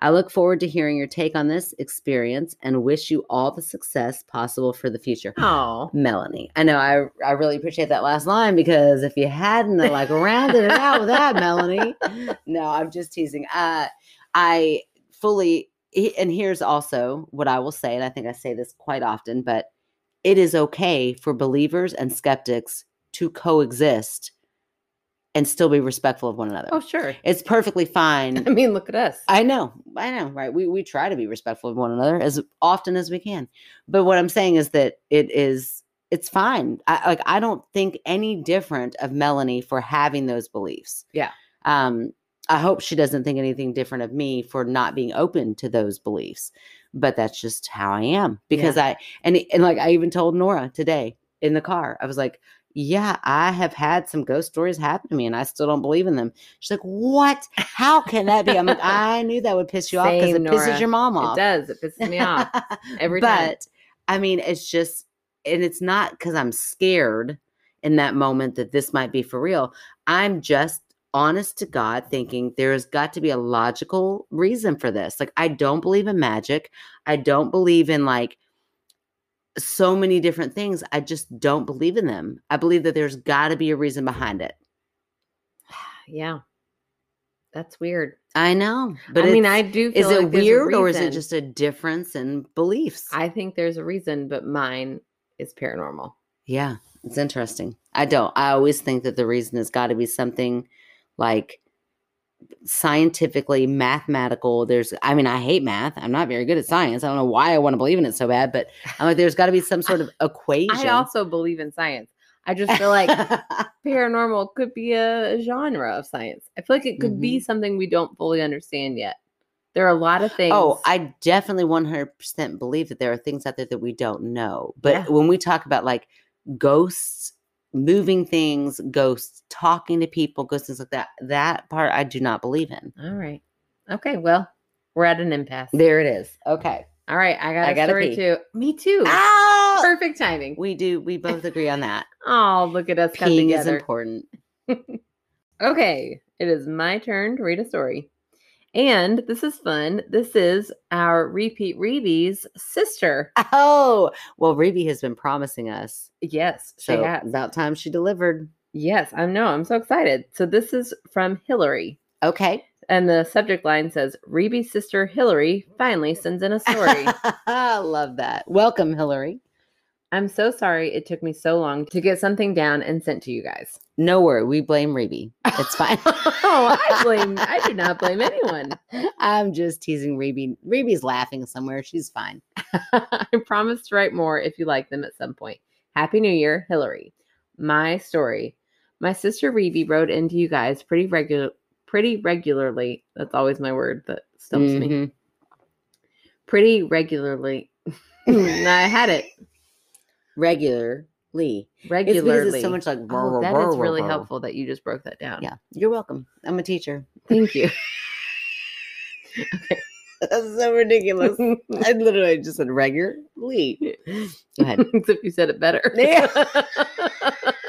Speaker 2: I look forward to hearing your take on this experience and wish you all the success possible for the future.
Speaker 1: Oh.
Speaker 2: Melanie, I know I, I really appreciate that last line because if you hadn't uh, like rounded it out with that, Melanie, no, I'm just teasing. Uh, I fully, he- and here's also what I will say, and I think I say this quite often, but it is okay for believers and skeptics to coexist and still be respectful of one another.
Speaker 1: Oh, sure.
Speaker 2: It's perfectly fine.
Speaker 1: I mean, look at us.
Speaker 2: I know, I know, right? We we try to be respectful of one another as often as we can. But what I'm saying is that it is it's fine. I like I don't think any different of Melanie for having those beliefs.
Speaker 1: Yeah.
Speaker 2: Um I hope she doesn't think anything different of me for not being open to those beliefs. But that's just how I am because I and and like I even told Nora today in the car. I was like, "Yeah, I have had some ghost stories happen to me and I still don't believe in them." She's like, "What? How can that be?" I'm like, "I knew that would piss you off because it
Speaker 1: Same,
Speaker 2: pisses
Speaker 1: Nora.
Speaker 2: your mom
Speaker 1: it
Speaker 2: off."
Speaker 1: does. It pisses me off. every
Speaker 2: but,
Speaker 1: time.
Speaker 2: I mean, it's just, and it's not because I'm scared in that moment that this might be for real. I'm just honest to God thinking there has got to be a logical reason for this. Like, I don't believe in magic. I don't believe in like so many different things. I just don't believe in them. I believe that there's got to be a reason behind it.
Speaker 1: Yeah. That's weird.
Speaker 2: I know, but
Speaker 1: I mean,
Speaker 2: it's-
Speaker 1: I do. Feel
Speaker 2: Is it
Speaker 1: like there's a
Speaker 2: weird or is it
Speaker 1: reason.
Speaker 2: just a difference in beliefs?
Speaker 1: I think there's a reason, but mine is paranormal.
Speaker 2: Yeah, it's interesting. I don't. I always think that the reason has got to be something like scientifically mathematical. There's, I mean, I hate math. I'm not very good at science. I don't know why I want to believe in it so bad, but I'm like, there's got to be some sort of equation.
Speaker 1: I also believe in science. I just feel like paranormal could be a genre of science. I feel like it could be something we don't fully understand yet. There are a lot of things.
Speaker 2: Mm-hmm. Oh, I definitely 100% believe that there are things out there that we don't know. But
Speaker 1: Yeah.
Speaker 2: when we talk about like ghosts, moving things, ghosts talking to people, ghosts, things like that, that part I do not believe in.
Speaker 1: all right. Okay. Well, we're at an impasse.
Speaker 2: There it is. Okay.
Speaker 1: all right. I got
Speaker 2: I
Speaker 1: a
Speaker 2: gotta
Speaker 1: story
Speaker 2: pee.
Speaker 1: too. Me too.
Speaker 2: Ow!
Speaker 1: Perfect timing.
Speaker 2: We do. We both agree on that.
Speaker 1: Oh, look at us come
Speaker 2: Peeing is
Speaker 1: together.
Speaker 2: important.
Speaker 1: Okay, it is my turn to read a story. And this is fun. This is our repeat Reeby's sister.
Speaker 2: Oh, well, Ruby has been promising us.
Speaker 1: Yes, she
Speaker 2: So
Speaker 1: has.
Speaker 2: about time she delivered.
Speaker 1: Yes, I know. I'm so excited. So this is from Hillary.
Speaker 2: Okay.
Speaker 1: And the subject line says Reeby's sister Hillary finally sends in a story.
Speaker 2: I love that. Welcome, Hillary.
Speaker 1: I'm so sorry it took me so long to get something down and sent to you guys.
Speaker 2: No worry. We blame Ruby. It's fine.
Speaker 1: Oh, I blame I do not blame anyone.
Speaker 2: I'm just teasing Ruby. Ruby's laughing somewhere. She's fine.
Speaker 1: I promise to write more if you like them at some point. Happy New Year, Hillary. My story. My sister Reeby wrote into you guys pretty regular pretty regularly. That's always my word that stumps me.
Speaker 2: Mhm.
Speaker 1: Pretty regularly. I had it.
Speaker 2: Regularly. regularly. It's because
Speaker 1: regularly.
Speaker 2: it's so much like
Speaker 1: Oh,
Speaker 2: "Rrr,
Speaker 1: that
Speaker 2: rrr,
Speaker 1: is
Speaker 2: rrr,
Speaker 1: really
Speaker 2: rrr."
Speaker 1: helpful that you just broke that down.
Speaker 2: Yeah, you're welcome. I'm a teacher.
Speaker 1: Thank you.
Speaker 2: That's so ridiculous. I literally just said regularly. Go ahead.
Speaker 1: Except you said it better.
Speaker 2: Yeah.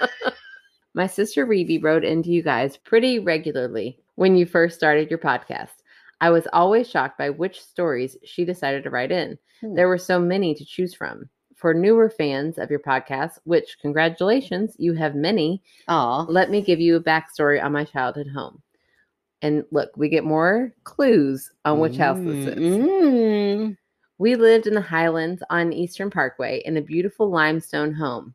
Speaker 1: My sister Rebe wrote into you guys pretty regularly when you first started your podcast. I was always shocked by which stories she decided to write in.
Speaker 2: Hmm.
Speaker 1: There were so many to choose from. For newer fans of your podcast, which congratulations, you have many,
Speaker 2: Aw.
Speaker 1: let me give you a backstory on my childhood home. And look, we get more clues on which house this
Speaker 2: Mm-hmm.
Speaker 1: is.
Speaker 2: Mm, mm.
Speaker 1: We lived in the Highlands on Eastern Parkway in a beautiful limestone home.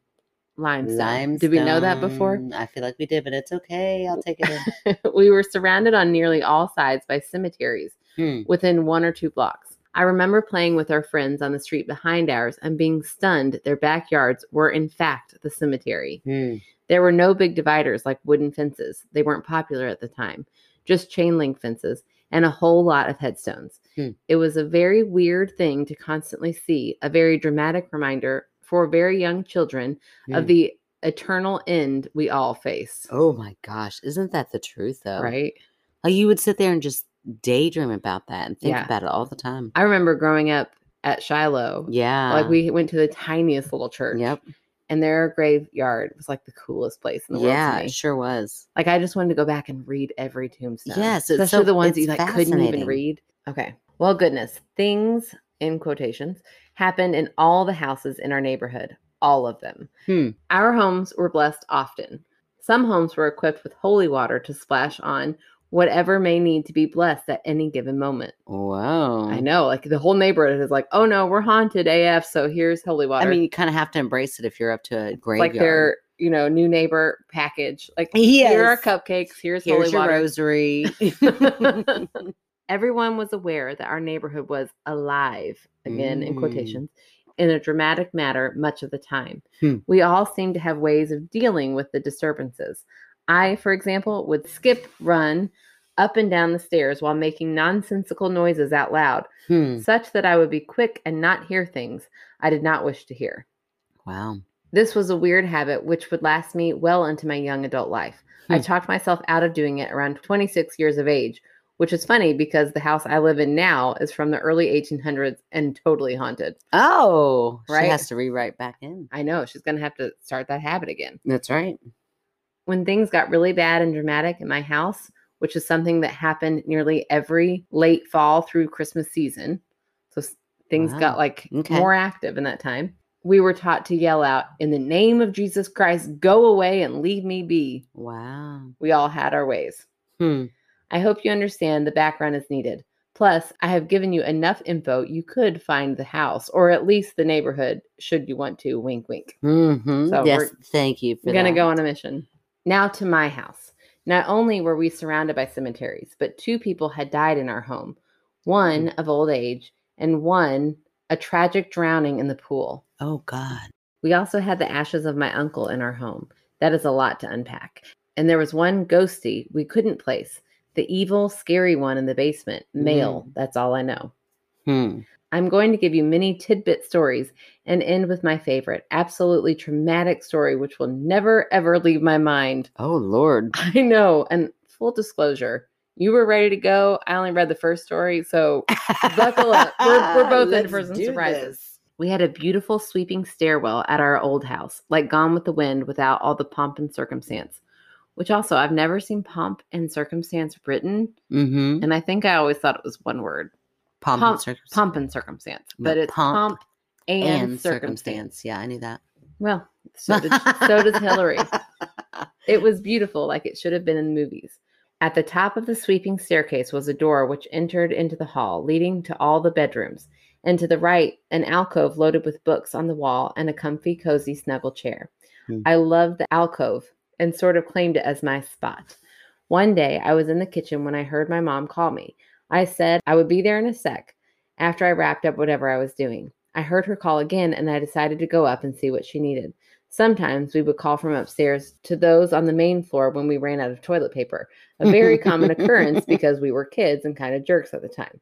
Speaker 1: Limestone. Did we know that before?
Speaker 2: Limestone. I feel like we did, but it's okay. I'll take it in.
Speaker 1: we were surrounded on nearly all sides by cemeteries
Speaker 2: Hmm.
Speaker 1: within one or two blocks. I remember playing with our friends on the street behind ours and being stunned their backyards were, in fact, the cemetery.
Speaker 2: Hmm.
Speaker 1: There were no big dividers like wooden fences. They weren't popular at the time, just chain link fences and a whole lot of headstones.
Speaker 2: Hmm.
Speaker 1: It was a very weird thing to constantly see, a very dramatic reminder for very young children
Speaker 2: Hmm.
Speaker 1: of the eternal end we all face.
Speaker 2: Oh my gosh. Isn't that the truth though?
Speaker 1: Right?
Speaker 2: Like you would sit there and just daydream about that and think
Speaker 1: Yeah.
Speaker 2: about it all the time.
Speaker 1: I remember growing up at Shiloh.
Speaker 2: Yeah.
Speaker 1: Like we went to the tiniest little church.
Speaker 2: Yep.
Speaker 1: And their graveyard was like the coolest place in the world.
Speaker 2: Yeah,
Speaker 1: to me.
Speaker 2: it sure was.
Speaker 1: Like I just wanted to go back and read every tombstone.
Speaker 2: Yes, it's
Speaker 1: especially
Speaker 2: so-
Speaker 1: the ones
Speaker 2: it's
Speaker 1: you like couldn't even
Speaker 2: fascinating.
Speaker 1: read. Okay. Well, goodness, things in quotations happened in all the houses in our neighborhood. All of them.
Speaker 2: Hmm.
Speaker 1: Our homes were blessed often. Some homes were equipped with holy water to splash on whatever may need to be blessed at any given moment.
Speaker 2: Whoa.
Speaker 1: I know, like the whole neighborhood is like, oh no, we're haunted AF, so here's holy water.
Speaker 2: I mean, you kind of have to embrace it if you're up to a
Speaker 1: like
Speaker 2: graveyard.
Speaker 1: their, you know, new neighbor package. Like here are
Speaker 2: Yes.
Speaker 1: cupcakes, here's, holy
Speaker 2: Here's your
Speaker 1: water.
Speaker 2: rosary.
Speaker 1: Everyone was aware that our neighborhood was alive, again in
Speaker 2: Mm.
Speaker 1: quotations, in a dramatic manner much of the time.
Speaker 2: Hmm.
Speaker 1: We all seemed to have ways of dealing with the disturbances. I, for example, would skip, run up and down the stairs while making nonsensical noises out loud,
Speaker 2: Hmm.
Speaker 1: such that I would be quick and not hear things I did not wish to hear.
Speaker 2: Wow.
Speaker 1: This was a weird habit which would last me well into my young adult life. I
Speaker 2: Hmm.
Speaker 1: talked myself out of doing it around 26 years of age, which is funny because the house I live in now is from the early 1800s and totally haunted.
Speaker 2: Oh,
Speaker 1: Right?
Speaker 2: she has to rewrite back in.
Speaker 1: I know she's going to have to start that habit again.
Speaker 2: That's right.
Speaker 1: When things got really bad and dramatic in my house, which is something that happened nearly every late fall through Christmas season, so s- things
Speaker 2: Wow.
Speaker 1: got like
Speaker 2: Okay.
Speaker 1: more active in that time. We were taught to yell out, In the name of Jesus Christ, go away and leave me be.
Speaker 2: Wow.
Speaker 1: We all had our ways.
Speaker 2: Hmm.
Speaker 1: I hope you understand the background is needed. Plus, I have given you enough info you could find the house or at least the neighborhood should you want to. Wink, wink.
Speaker 2: hmm
Speaker 1: So
Speaker 2: yes.
Speaker 1: we're-
Speaker 2: Thank you for
Speaker 1: We're going to
Speaker 2: that.
Speaker 1: go on a mission. Now to my house. Not only were we surrounded by cemeteries, but two people had died in our home one of old age and one a tragic drowning in the pool.
Speaker 2: Oh God.
Speaker 1: We also had the ashes of my uncle in our home. That is a lot to unpack. And there was one ghosty we couldn't place. The evil, scary one in the basement, male. That's all I know.
Speaker 2: Hmm.
Speaker 1: I'm going to give you many tidbit stories and end with my favorite, absolutely traumatic story, which will never, ever leave my mind.
Speaker 2: Oh Lord.
Speaker 1: I know. And full disclosure, you were ready to go. I only read the first story. So Buckle up. We're- we're both in for
Speaker 2: Let's
Speaker 1: some
Speaker 2: do
Speaker 1: surprises.
Speaker 2: this.
Speaker 1: we had a beautiful sweeping stairwell at our old house, like Gone with the Wind without all the pomp and circumstance, which also I've never seen pomp and circumstance written.
Speaker 2: Mm-hmm.
Speaker 1: And I think I always thought it was one word
Speaker 2: Pomp,
Speaker 1: Pomp-
Speaker 2: and circumstance.
Speaker 1: pomp and circumstance,
Speaker 2: No,
Speaker 1: but it's pomp,
Speaker 2: pomp
Speaker 1: and,
Speaker 2: and,
Speaker 1: circumstance.
Speaker 2: circumstance. Yeah, I knew that.
Speaker 1: Well, so, did, so does Hillary. It was beautiful, like it should have been in the movies. At the top of the sweeping staircase was a door which entered into the hall, leading to all the bedrooms, and to the right, an alcove loaded with books on the wall and a comfy, cozy, snuggle chair.
Speaker 2: Hmm.
Speaker 1: I loved the alcove and sort of claimed it as my spot. One day, I was in the kitchen when I heard my mom call me. I said I would be there in a sec after I wrapped up whatever I was doing. I heard her call again, and I decided to go up and see what she needed. Sometimes we would call from upstairs to those on the main floor when we ran out of toilet paper, a very common occurrence because we were kids and kind of jerks at the time.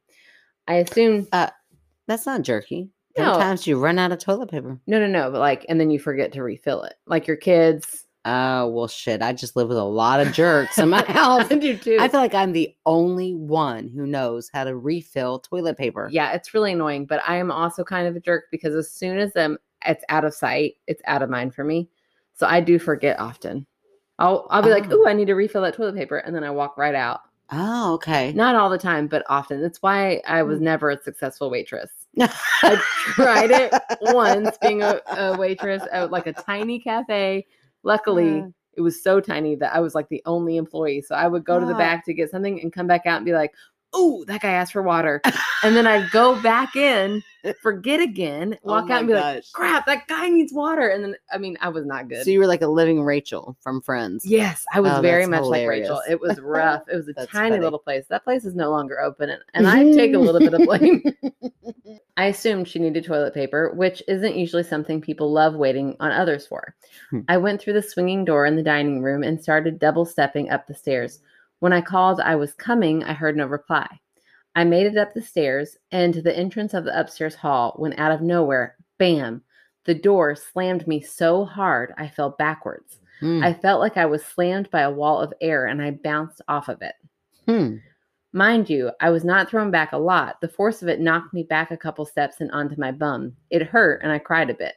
Speaker 1: I assume
Speaker 2: That's not jerky.
Speaker 1: No.
Speaker 2: Sometimes you run out of toilet paper.
Speaker 1: No, no, no. But like, and then you forget to refill it. Like your kids.
Speaker 2: Oh, well, shit. I just live with a lot of jerks in my house.
Speaker 1: I do too.
Speaker 2: I feel like I'm the only one who knows how to refill toilet paper.
Speaker 1: yeah, it's really annoying. But I am also kind of a jerk because as soon as um it's out of sight, it's out of mind for me. So I do forget often. I'll I'll be like,
Speaker 2: Oh.
Speaker 1: ooh, I need to refill that toilet paper, and then I walk right out.
Speaker 2: Oh, okay.
Speaker 1: Not all the time, but often. That's why I was never a successful waitress.
Speaker 2: No.
Speaker 1: I tried it once being a, a waitress at like a tiny cafe. Luckily, it was so tiny that I was like the only employee. So I would go to the
Speaker 2: Ah.
Speaker 1: back to get something and come back out and be like, "Oh, that guy asked for water," and then I'd go back in, forget again,
Speaker 2: Oh
Speaker 1: walk out and be like, "Crap, that guy needs water." And then I mean, I was not good.
Speaker 2: So you were like a living Rachel from Friends.
Speaker 1: Yes, I was
Speaker 2: Oh,
Speaker 1: very
Speaker 2: that's
Speaker 1: much like Rachel.
Speaker 2: hilarious.
Speaker 1: It was rough. It was a
Speaker 2: That's
Speaker 1: tiny
Speaker 2: funny.
Speaker 1: little place. That place is no longer open, and, and I take a little bit of blame. I assumed she needed toilet paper, which isn't usually something people love waiting on others for.
Speaker 2: Hmm.
Speaker 1: I went through the swinging door in the dining room and started double stepping up the stairs. When I called I was coming, I heard no reply. I made it up the stairs and to the entrance of the upstairs hall when out of nowhere, bam, the door slammed me so hard I fell backwards.
Speaker 2: Hmm.
Speaker 1: I felt like I was slammed by a wall of air and I bounced off of it.
Speaker 2: Hmm.
Speaker 1: Mind you, I was not thrown back a lot. The force of it knocked me back a couple steps and onto my bum. It hurt and I cried a bit.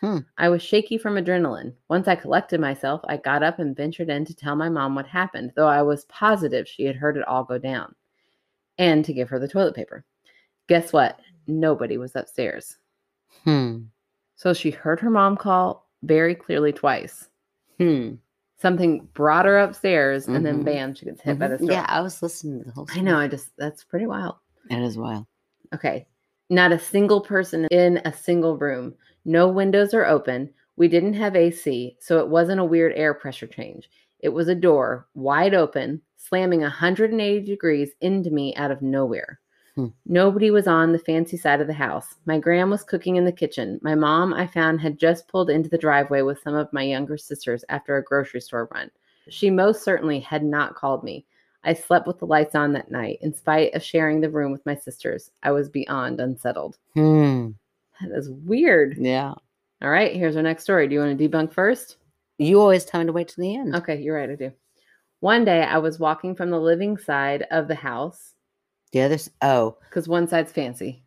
Speaker 2: Hmm.
Speaker 1: I was shaky from adrenaline. Once I collected myself, I got up and ventured in to tell my mom what happened, though I was positive she had heard it all go down and to give her the toilet paper. Guess what? Nobody was upstairs.
Speaker 2: Hmm.
Speaker 1: So she heard her mom call very clearly twice.
Speaker 2: Hmm.
Speaker 1: Something brought her upstairs, and then
Speaker 2: Mhm.
Speaker 1: bam, she gets hit by
Speaker 2: Mhm.
Speaker 1: the door.
Speaker 2: Yeah, I was listening to the whole.
Speaker 1: Mm-hmm. I know. I just that's pretty wild.
Speaker 2: That is wild.
Speaker 1: Okay. Not a single person in a single room. No windows are open. We didn't have AC, so it wasn't a weird air pressure change. It was a door wide open, slamming 180 degrees into me out of nowhere.
Speaker 2: Hmm.
Speaker 1: Nobody was on the fancy side of the house. My gram was cooking in the kitchen. My mom, I found, had just pulled into the driveway with some of my younger sisters after a grocery store run. She most certainly had not called me. I slept with the lights on that night. In spite of sharing the room with my sisters, I was beyond unsettled.
Speaker 2: Hmm.
Speaker 1: That is weird.
Speaker 2: Yeah.
Speaker 1: All right, here's our next story. Do you want to debunk first?
Speaker 2: You always tell me to wait till the end.
Speaker 1: Okay, you're right, I do. One day I was walking from the living side of the house
Speaker 2: The others. Oh.
Speaker 1: because one side's fancy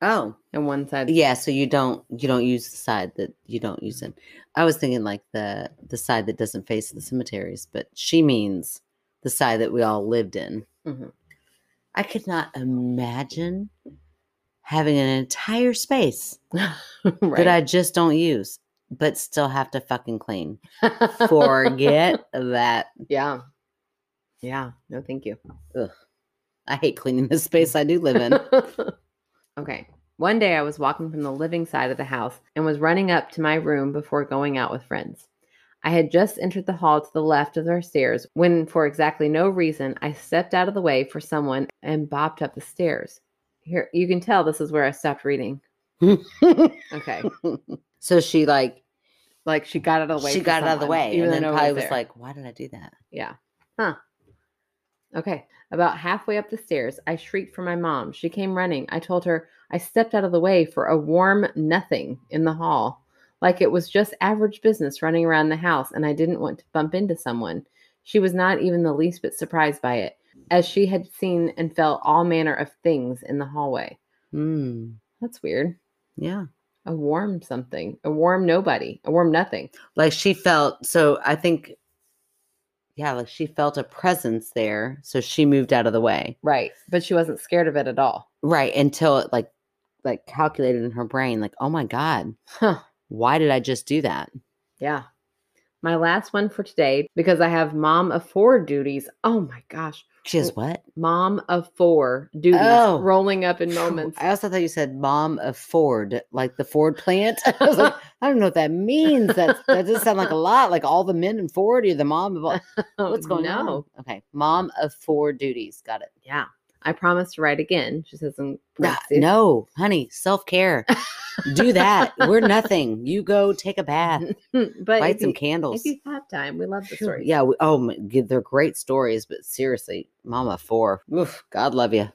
Speaker 2: Oh.
Speaker 1: and one side's.
Speaker 2: Yeah. So you don't you don't use the side that you don't use
Speaker 1: Mm-hmm.
Speaker 2: in. I was thinking like the the side that doesn't face the cemeteries, but she means the side that we all lived in.
Speaker 1: Mhm.
Speaker 2: I could not imagine having an entire space
Speaker 1: right.
Speaker 2: that I just don't use, but still have to fucking clean. Forget that.
Speaker 1: yeah. Yeah. No, thank you.
Speaker 2: I hate cleaning the space I do live in.
Speaker 1: okay. One day I was walking from the living side of the house and was running up to my room before going out with friends. I had just entered the hall to the left of our stairs when, for exactly no reason, I stepped out of the way for someone and bopped up the stairs. Here, you can tell this is where I stopped reading. Okay.
Speaker 2: so she like
Speaker 1: like she got out of the way.
Speaker 2: she
Speaker 1: for
Speaker 2: got out of the
Speaker 1: someone,
Speaker 2: way,
Speaker 1: even
Speaker 2: and then
Speaker 1: though it
Speaker 2: probably was,
Speaker 1: there.
Speaker 2: like, "Why did I do that?"
Speaker 1: Yeah. Huh. Okay. About halfway up the stairs, I shrieked for my mom. She came running. I told her I stepped out of the way for a warm nothing in the hall, like it was just average business running around the house, and I didn't want to bump into someone. She was not even the least bit surprised by it, as she had seen and felt all manner of things in the hallway.
Speaker 2: Hmm.
Speaker 1: That's weird.
Speaker 2: Yeah.
Speaker 1: A warm something, a warm nobody, a warm nothing.
Speaker 2: Like she felt. So I think. Yeah, like she felt a presence there, so she moved out of the way.
Speaker 1: Right. But she wasn't scared of it at all.
Speaker 2: Right until it like, like calculated in her brain, like, "Oh my god,
Speaker 1: Huh.
Speaker 2: why did I just do that?"
Speaker 1: Yeah. My last one for today because I have mom of four duties. Oh my gosh.
Speaker 2: She goes, "What?"
Speaker 1: Mom of four duties
Speaker 2: Oh.
Speaker 1: rolling up in moments.
Speaker 2: I also thought you said mom of Ford, like the Ford plant. I was like, I don't know what that means. That's, that doesn't sound like a lot. Like all the men in Ford, you're the mom of all. What's going on?
Speaker 1: Oh, No.
Speaker 2: Okay. Mom of four duties. Got it.
Speaker 1: Yeah. I promise to write again. She says in
Speaker 2: Nah,
Speaker 1: parentheses.
Speaker 2: No, honey, self care. Do that. We're nothing. You go take a bath,
Speaker 1: Hmm, but
Speaker 2: light
Speaker 1: if
Speaker 2: some
Speaker 1: you,
Speaker 2: candles.
Speaker 1: if you have time, we love the
Speaker 2: Phew,
Speaker 1: story.
Speaker 2: Yeah. We, oh, my, g- they're great stories, but seriously, mama four. Oof, God love you.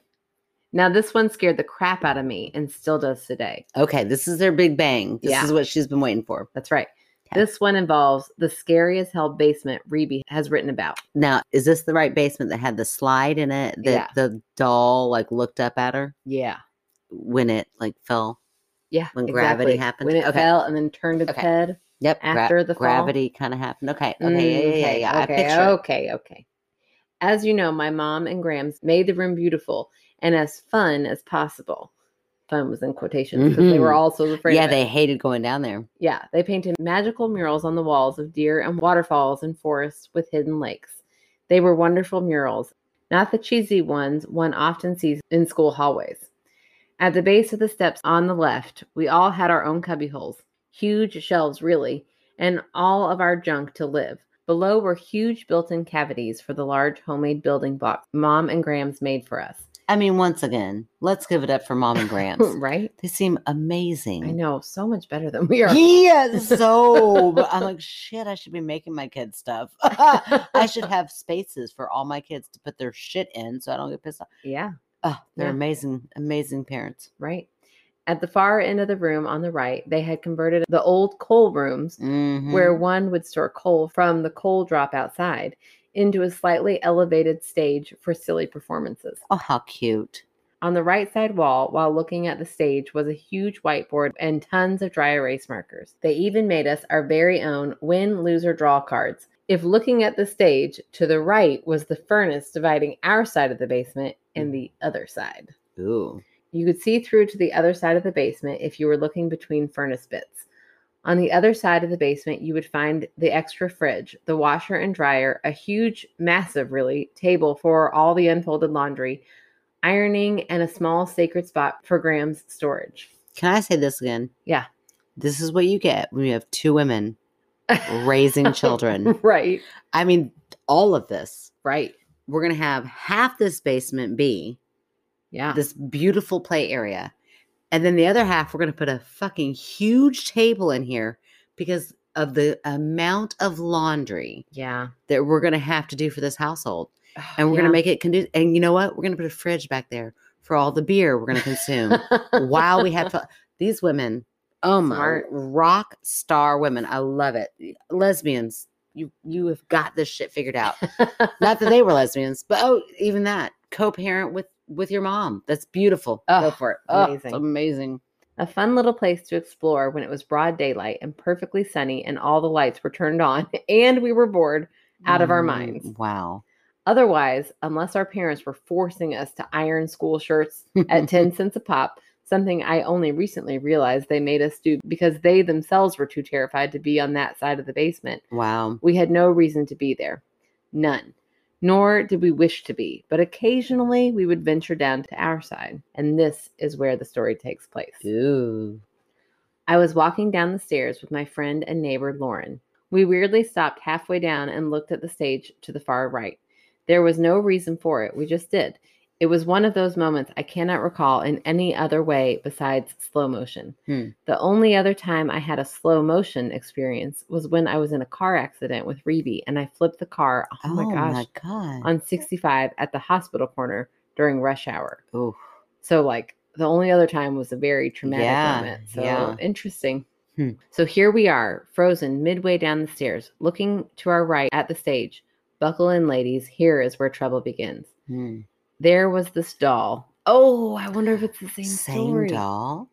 Speaker 1: Now, this one scared the crap out of me and still does today.
Speaker 2: Okay, this is their big bang. This
Speaker 1: Yeah.
Speaker 2: is what she's been waiting for.
Speaker 1: That's right.
Speaker 2: Okay.
Speaker 1: This one involves the scary as hell basement Rebe has written about.
Speaker 2: Now, is this the right basement that had the slide in it that
Speaker 1: Yeah.
Speaker 2: the doll like looked up at her
Speaker 1: Yeah.
Speaker 2: when it like fell?
Speaker 1: Yeah.
Speaker 2: When gravity happened?
Speaker 1: When it
Speaker 2: Okay.
Speaker 1: fell and then turned its
Speaker 2: Okay.
Speaker 1: head.
Speaker 2: Yep. gra-
Speaker 1: After the fall? Mm,
Speaker 2: gravity kind of happened. Okay. Okay. yeah, yeah, yeah, yeah.
Speaker 1: Mm-hmm. Okay.
Speaker 2: I picture. it.
Speaker 1: okay. Okay. As you know, my mom and Grams made the room beautiful and as fun as possible. Fun was in quotations because they were
Speaker 2: Mhm.
Speaker 1: all so afraid.
Speaker 2: Yeah,
Speaker 1: of it.
Speaker 2: they hated going down there.
Speaker 1: Yeah, they painted magical murals on the walls of deer and waterfalls and forests with hidden lakes. They were wonderful murals, not the cheesy ones one often sees in school hallways. At the base of the steps on the left, we all had our own cubby holes, huge shelves, really, and all of our junk to live. Below were huge built in cavities for the large homemade building blocks mom and Grams made for us.
Speaker 2: I mean, once again, let's give it up for Mom and Gramps.
Speaker 1: right?
Speaker 2: they seem amazing.
Speaker 1: I know, so much better than we are.
Speaker 2: Yeah, so but I'm like, shit, I should be making my kids stuff. I should have spaces for all my kids to put their shit in so I don't get pissed off.
Speaker 1: Yeah.
Speaker 2: Oh, they're
Speaker 1: Yeah.
Speaker 2: amazing, amazing parents.
Speaker 1: right? At the far end of the room on the right, they had converted the old coal rooms, where
Speaker 2: Mhm.
Speaker 1: one would store coal from the coal drop outside, into a slightly elevated stage for silly performances.
Speaker 2: oh, how cute.
Speaker 1: On the right side wall, while looking at the stage, was a huge whiteboard and tons of dry erase markers. They even made us our very own win, lose, or draw cards. If looking at the stage, to the right was the furnace dividing our side of the basement and the other side.
Speaker 2: Ooh.
Speaker 1: You could see through to the other side of the basement if you were looking between furnace bits. On the other side of the basement, you would find the extra fridge, the washer and dryer, a huge, massive, really, table for all the unfolded laundry, ironing, and a small sacred spot for Graham's storage.
Speaker 2: Can I say this again?
Speaker 1: Yeah.
Speaker 2: This is what you get when you have two women raising children.
Speaker 1: right,
Speaker 2: I mean, all of this.
Speaker 1: right.
Speaker 2: We're going to have half this basement be
Speaker 1: Yeah.
Speaker 2: this beautiful play area. And then the other half, we're going to put a fucking huge table in here because of the amount of laundry
Speaker 1: yeah.
Speaker 2: that we're going to have to do for this household. And we're going to make it conducive. And you know what? We're going to put a fridge back there for all the beer we're going to consume
Speaker 1: make
Speaker 2: while we have to. These women, oh my,
Speaker 1: Smart.
Speaker 2: rock star women. I love it. Lesbians, you you have got this shit figured out. Not that they were lesbians, but oh, even that co-parent with with your mom. That's beautiful. Go
Speaker 1: Ugh,
Speaker 2: for it. Oh, it's
Speaker 1: amazing.
Speaker 2: amazing.
Speaker 1: A fun little place to explore when it was broad daylight and perfectly sunny and all the lights were turned on and we were bored out of our
Speaker 2: Mm,
Speaker 1: minds.
Speaker 2: Wow.
Speaker 1: Otherwise, unless our parents were forcing us to iron school shirts at 10 cents a pop, something I only recently realized they made us do because they themselves were too terrified to be on that side of the basement,
Speaker 2: Wow.
Speaker 1: we had no reason to be there. None. Nor did we wish to be, but occasionally we would venture down to our side. And this is where the story takes place.
Speaker 2: Ooh.
Speaker 1: I was walking down the stairs with my friend and neighbor Lauren. We weirdly stopped halfway down and looked at the stage to the far right. There was no reason for it, we just did. It was one of those moments I cannot recall in any other way besides slow motion.
Speaker 2: Hmm.
Speaker 1: The only other time I had a slow motion experience was when I was in a car accident with Reby and I flipped the car, oh, my gosh,
Speaker 2: god.
Speaker 1: on 65 at the hospital corner during rush hour.
Speaker 2: Ooh.
Speaker 1: So like the only other time was a very traumatic
Speaker 2: Yeah,
Speaker 1: moment. So
Speaker 2: yeah.
Speaker 1: interesting.
Speaker 2: Hmm.
Speaker 1: So here we are, frozen midway down the stairs, looking to our right at the stage. Buckle in, ladies. Here is where trouble begins.
Speaker 2: Hmm.
Speaker 1: There was this doll. Oh, I wonder if it's the same,
Speaker 2: Same
Speaker 1: story.
Speaker 2: doll.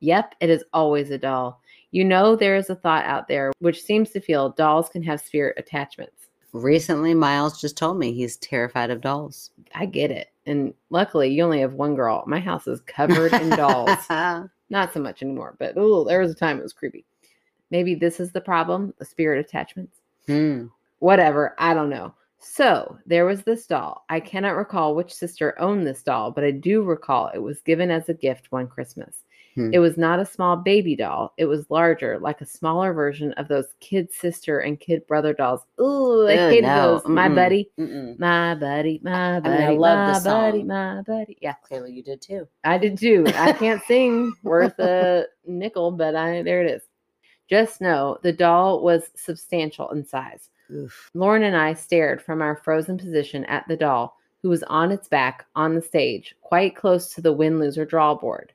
Speaker 1: Yep, it is always a doll. You know, there is a thought out there which seems to feel dolls can have spirit attachments.
Speaker 2: Recently, Miles just told me he's terrified of dolls.
Speaker 1: I get it. And luckily, you only have one girl. My house is covered in dolls. not so much anymore, but ooh, there was a time it was creepy. Maybe this is the problem, the spirit attachments.
Speaker 2: Hmm.
Speaker 1: Whatever, I don't know. So there was this doll. I cannot recall which sister owned this doll, but I do recall it was given as a gift one Christmas.
Speaker 2: Hmm.
Speaker 1: It was not a small baby doll. It was larger, like a smaller version of those kid sister and kid brother dolls. Ooh, I
Speaker 2: Ew,
Speaker 1: hated
Speaker 2: Oh, no,
Speaker 1: those. My
Speaker 2: mm-mm.
Speaker 1: buddy,
Speaker 2: Mm-mm.
Speaker 1: my buddy, my
Speaker 2: mean, I
Speaker 1: buddy,
Speaker 2: love
Speaker 1: my
Speaker 2: the
Speaker 1: buddy,
Speaker 2: song.
Speaker 1: my buddy. Yeah.
Speaker 2: Clearly, you did too.
Speaker 1: I did too. I can't sing worth a nickel, but I there it is. Just know the doll was substantial in size.
Speaker 2: Oof.
Speaker 1: Lauren and I stared from our frozen position at the doll, who was on its back on the stage, quite close to the win lose or draw board.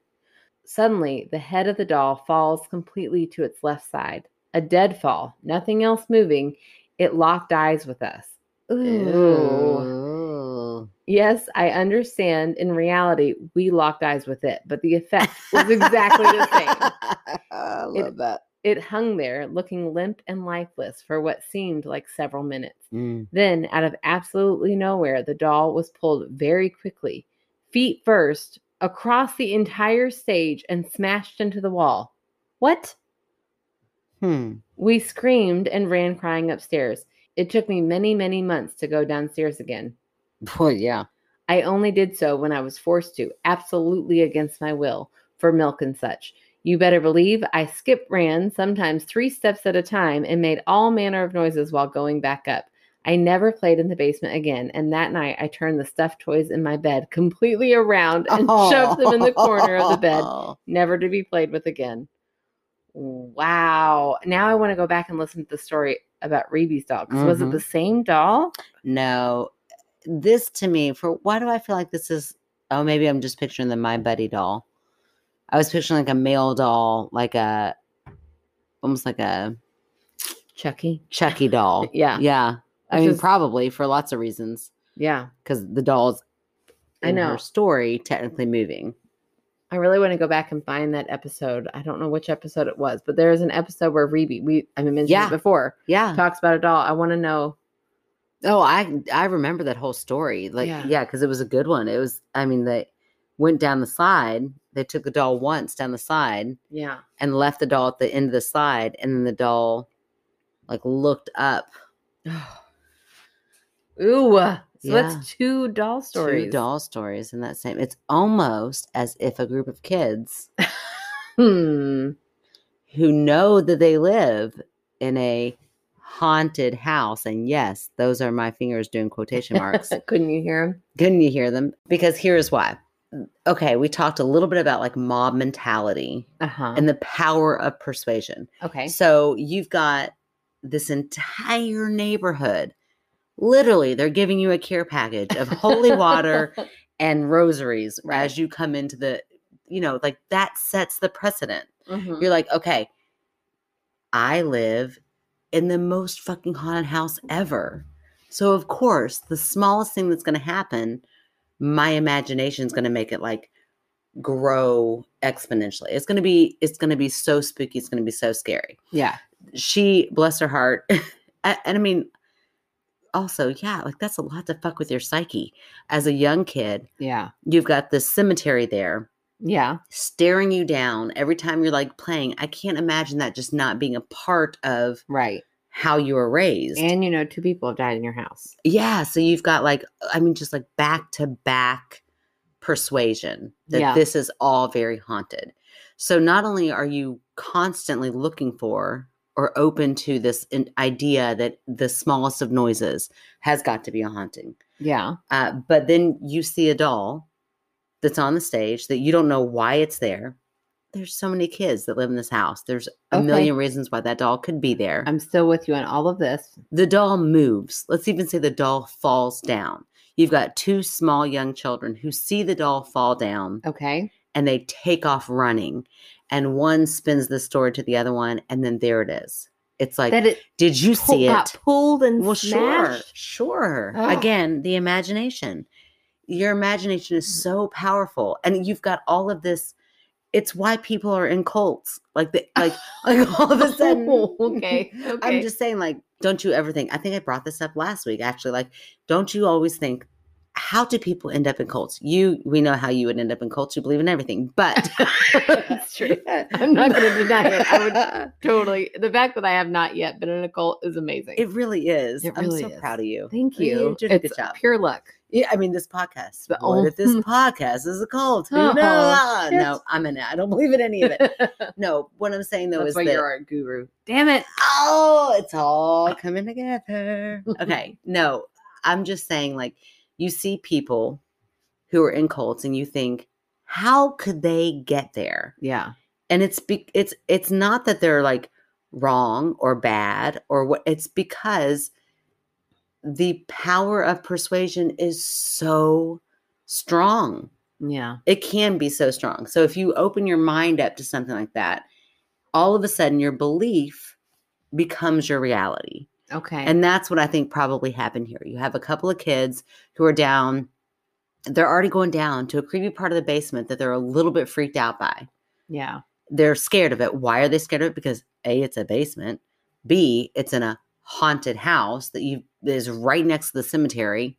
Speaker 1: Suddenly, the head of the doll falls completely to its left side. A dead fall, nothing else moving. It locked eyes with us. Ooh.
Speaker 2: Ooh.
Speaker 1: Yes, I understand. In reality, we locked eyes with it, but the effect was exactly the same.
Speaker 2: I love that.
Speaker 1: It hung there, looking limp and lifeless for what seemed like several minutes. Then, out of absolutely nowhere, the doll was pulled very quickly, feet first, across the entire stage and smashed into the wall. What?
Speaker 2: Hmm.
Speaker 1: We screamed and ran crying upstairs. It took me many, many months to go downstairs again.
Speaker 2: Well, yeah.
Speaker 1: I only did so when I was forced to, absolutely against my will, for milk and such. You better believe I skip ran, sometimes three steps at a time, and made all manner of noises while going back up. I never played in the basement again, and that night I turned the stuffed toys in my bed completely around and shoved them in the corner of the bed,
Speaker 2: Oh,
Speaker 1: never to be played with again. Wow. Now I want to go back and listen to the story about Reeby's doll. 'cause was it
Speaker 2: Mhm.
Speaker 1: the same doll?
Speaker 2: No, this to me, for why do I feel like this is? Oh, maybe I'm just picturing the My Buddy doll. I was picturing like a male doll, like a almost like a
Speaker 1: Chucky.
Speaker 2: Chucky doll.
Speaker 1: Yeah.
Speaker 2: yeah. I
Speaker 1: Which
Speaker 2: mean,
Speaker 1: is-
Speaker 2: probably for lots of reasons
Speaker 1: Yeah.
Speaker 2: because the doll's
Speaker 1: I
Speaker 2: in
Speaker 1: know.
Speaker 2: her story technically moving.
Speaker 1: I really want to go back and find that episode. I don't know which episode it was, but there is an episode where Reby, we I mean, mentioned
Speaker 2: Yeah.
Speaker 1: it before,
Speaker 2: Yeah.
Speaker 1: talks about a doll. I want to know.
Speaker 2: Oh, I I remember that whole story. Like,
Speaker 1: Yeah.
Speaker 2: yeah, because it was a good one. It was. I mean, they went down the slide. They took the doll once down the slide
Speaker 1: Yeah.
Speaker 2: and left the doll at the end of the slide, and then the doll like looked up.
Speaker 1: Ooh. uh, So
Speaker 2: Yeah.
Speaker 1: that's two doll stories.
Speaker 2: Two doll stories in that same. It's almost as if a group of kids
Speaker 1: Hmm.
Speaker 2: who know that they live in a haunted house, and yes, those are my fingers doing quotation marks.
Speaker 1: Couldn't you hear him?
Speaker 2: Couldn't you hear them? Because here's why. Okay, we talked a little bit about like mob mentality
Speaker 1: Uh huh.
Speaker 2: and the power of persuasion.
Speaker 1: Okay.
Speaker 2: So you've got this entire neighborhood. Literally, they're giving you a care package of holy water and rosaries
Speaker 1: Right.
Speaker 2: as you come into the, you know, like that sets the precedent.
Speaker 1: Mhm.
Speaker 2: You're like, okay, I live in the most fucking haunted house ever. So, of course, the smallest thing that's going to happen, my imagination's going to make it like grow exponentially. It's going to be, it's going to be so spooky. It's going to be so scary.
Speaker 1: Yeah.
Speaker 2: She, bless her heart. and and I mean, also, yeah, like that's a lot to fuck with your psyche. As a young kid,
Speaker 1: Yeah.
Speaker 2: you've got this cemetery there
Speaker 1: Yeah.
Speaker 2: staring you down every time you're like playing. I can't imagine that just not being a part of
Speaker 1: Right.
Speaker 2: how you were raised.
Speaker 1: And you know, two people have died in your house.
Speaker 2: yeah, so you've got like I mean just like back to back persuasion that
Speaker 1: Yeah.
Speaker 2: this is all very haunted. So not only are you constantly looking for or open to this in- idea that the smallest of noises has got to be a haunting.
Speaker 1: Yeah.
Speaker 2: Uh, but then you see a doll that's on the stage that you don't know why it's there. There's so many kids that live in this house. There's a
Speaker 1: Okay.
Speaker 2: million reasons why that doll could be there.
Speaker 1: I'm still with you on all of this.
Speaker 2: the doll moves. Let's even say the doll falls down. You've got two small young children who see the doll fall down
Speaker 1: Okay.
Speaker 2: and they take off running. And one spins the story to the other one, and then there it is. It's like,
Speaker 1: that it
Speaker 2: did you see it?
Speaker 1: got pulled and
Speaker 2: Well, sure,
Speaker 1: smashed.
Speaker 2: sure.
Speaker 1: Ugh.
Speaker 2: Again, the imagination. Your imagination
Speaker 1: Mm.
Speaker 2: is so powerful, and you've got all of this. It's why people are in cults. Like, the, like, like all of a sudden.
Speaker 1: Oh, okay.
Speaker 2: I'm
Speaker 1: Okay.
Speaker 2: just saying, like, don't you ever think? I think I brought this up last week, actually. Like, don't you always think? How do people end up in cults? You, we know how you would end up in cults. You believe in everything, but
Speaker 1: That's true. I'm not gonna deny it. I would- totally. The fact that I have not yet been in a cult is amazing.
Speaker 2: It really is.
Speaker 1: It
Speaker 2: I'm
Speaker 1: really
Speaker 2: so
Speaker 1: is.
Speaker 2: proud of you.
Speaker 1: Thank
Speaker 2: You
Speaker 1: you.
Speaker 2: did a
Speaker 1: it's
Speaker 2: good job.
Speaker 1: pure luck.
Speaker 2: Yeah, I mean, this podcast.
Speaker 1: The
Speaker 2: what if this
Speaker 1: ol-
Speaker 2: podcast is a cult? Who
Speaker 1: hmm. Oh,
Speaker 2: knows? Ah,
Speaker 1: shit.
Speaker 2: no, I'm in it. I don't believe in any of it.
Speaker 1: That's
Speaker 2: No, what I'm saying though is
Speaker 1: why
Speaker 2: that
Speaker 1: you're our guru. Damn it.
Speaker 2: oh, it's all coming together. okay, no, I'm just saying like you see people who are in cults and you think how could they get there?
Speaker 1: Yeah.
Speaker 2: And it's be- it's it's not that they're like wrong or bad or what. It's because the power of persuasion is so strong.
Speaker 1: Yeah.
Speaker 2: It can be so strong. So if you open your mind up to something like that, all of a sudden your belief becomes your reality.
Speaker 1: Okay.
Speaker 2: And that's what I think probably happened here. You have a couple of kids who are down. They're already going down to a creepy part of the basement that they're a little bit freaked out by.
Speaker 1: yeah.
Speaker 2: They're scared of it. Why are they scared of it? Because A, it's a basement. B, it's in a haunted house that you that is right next to the cemetery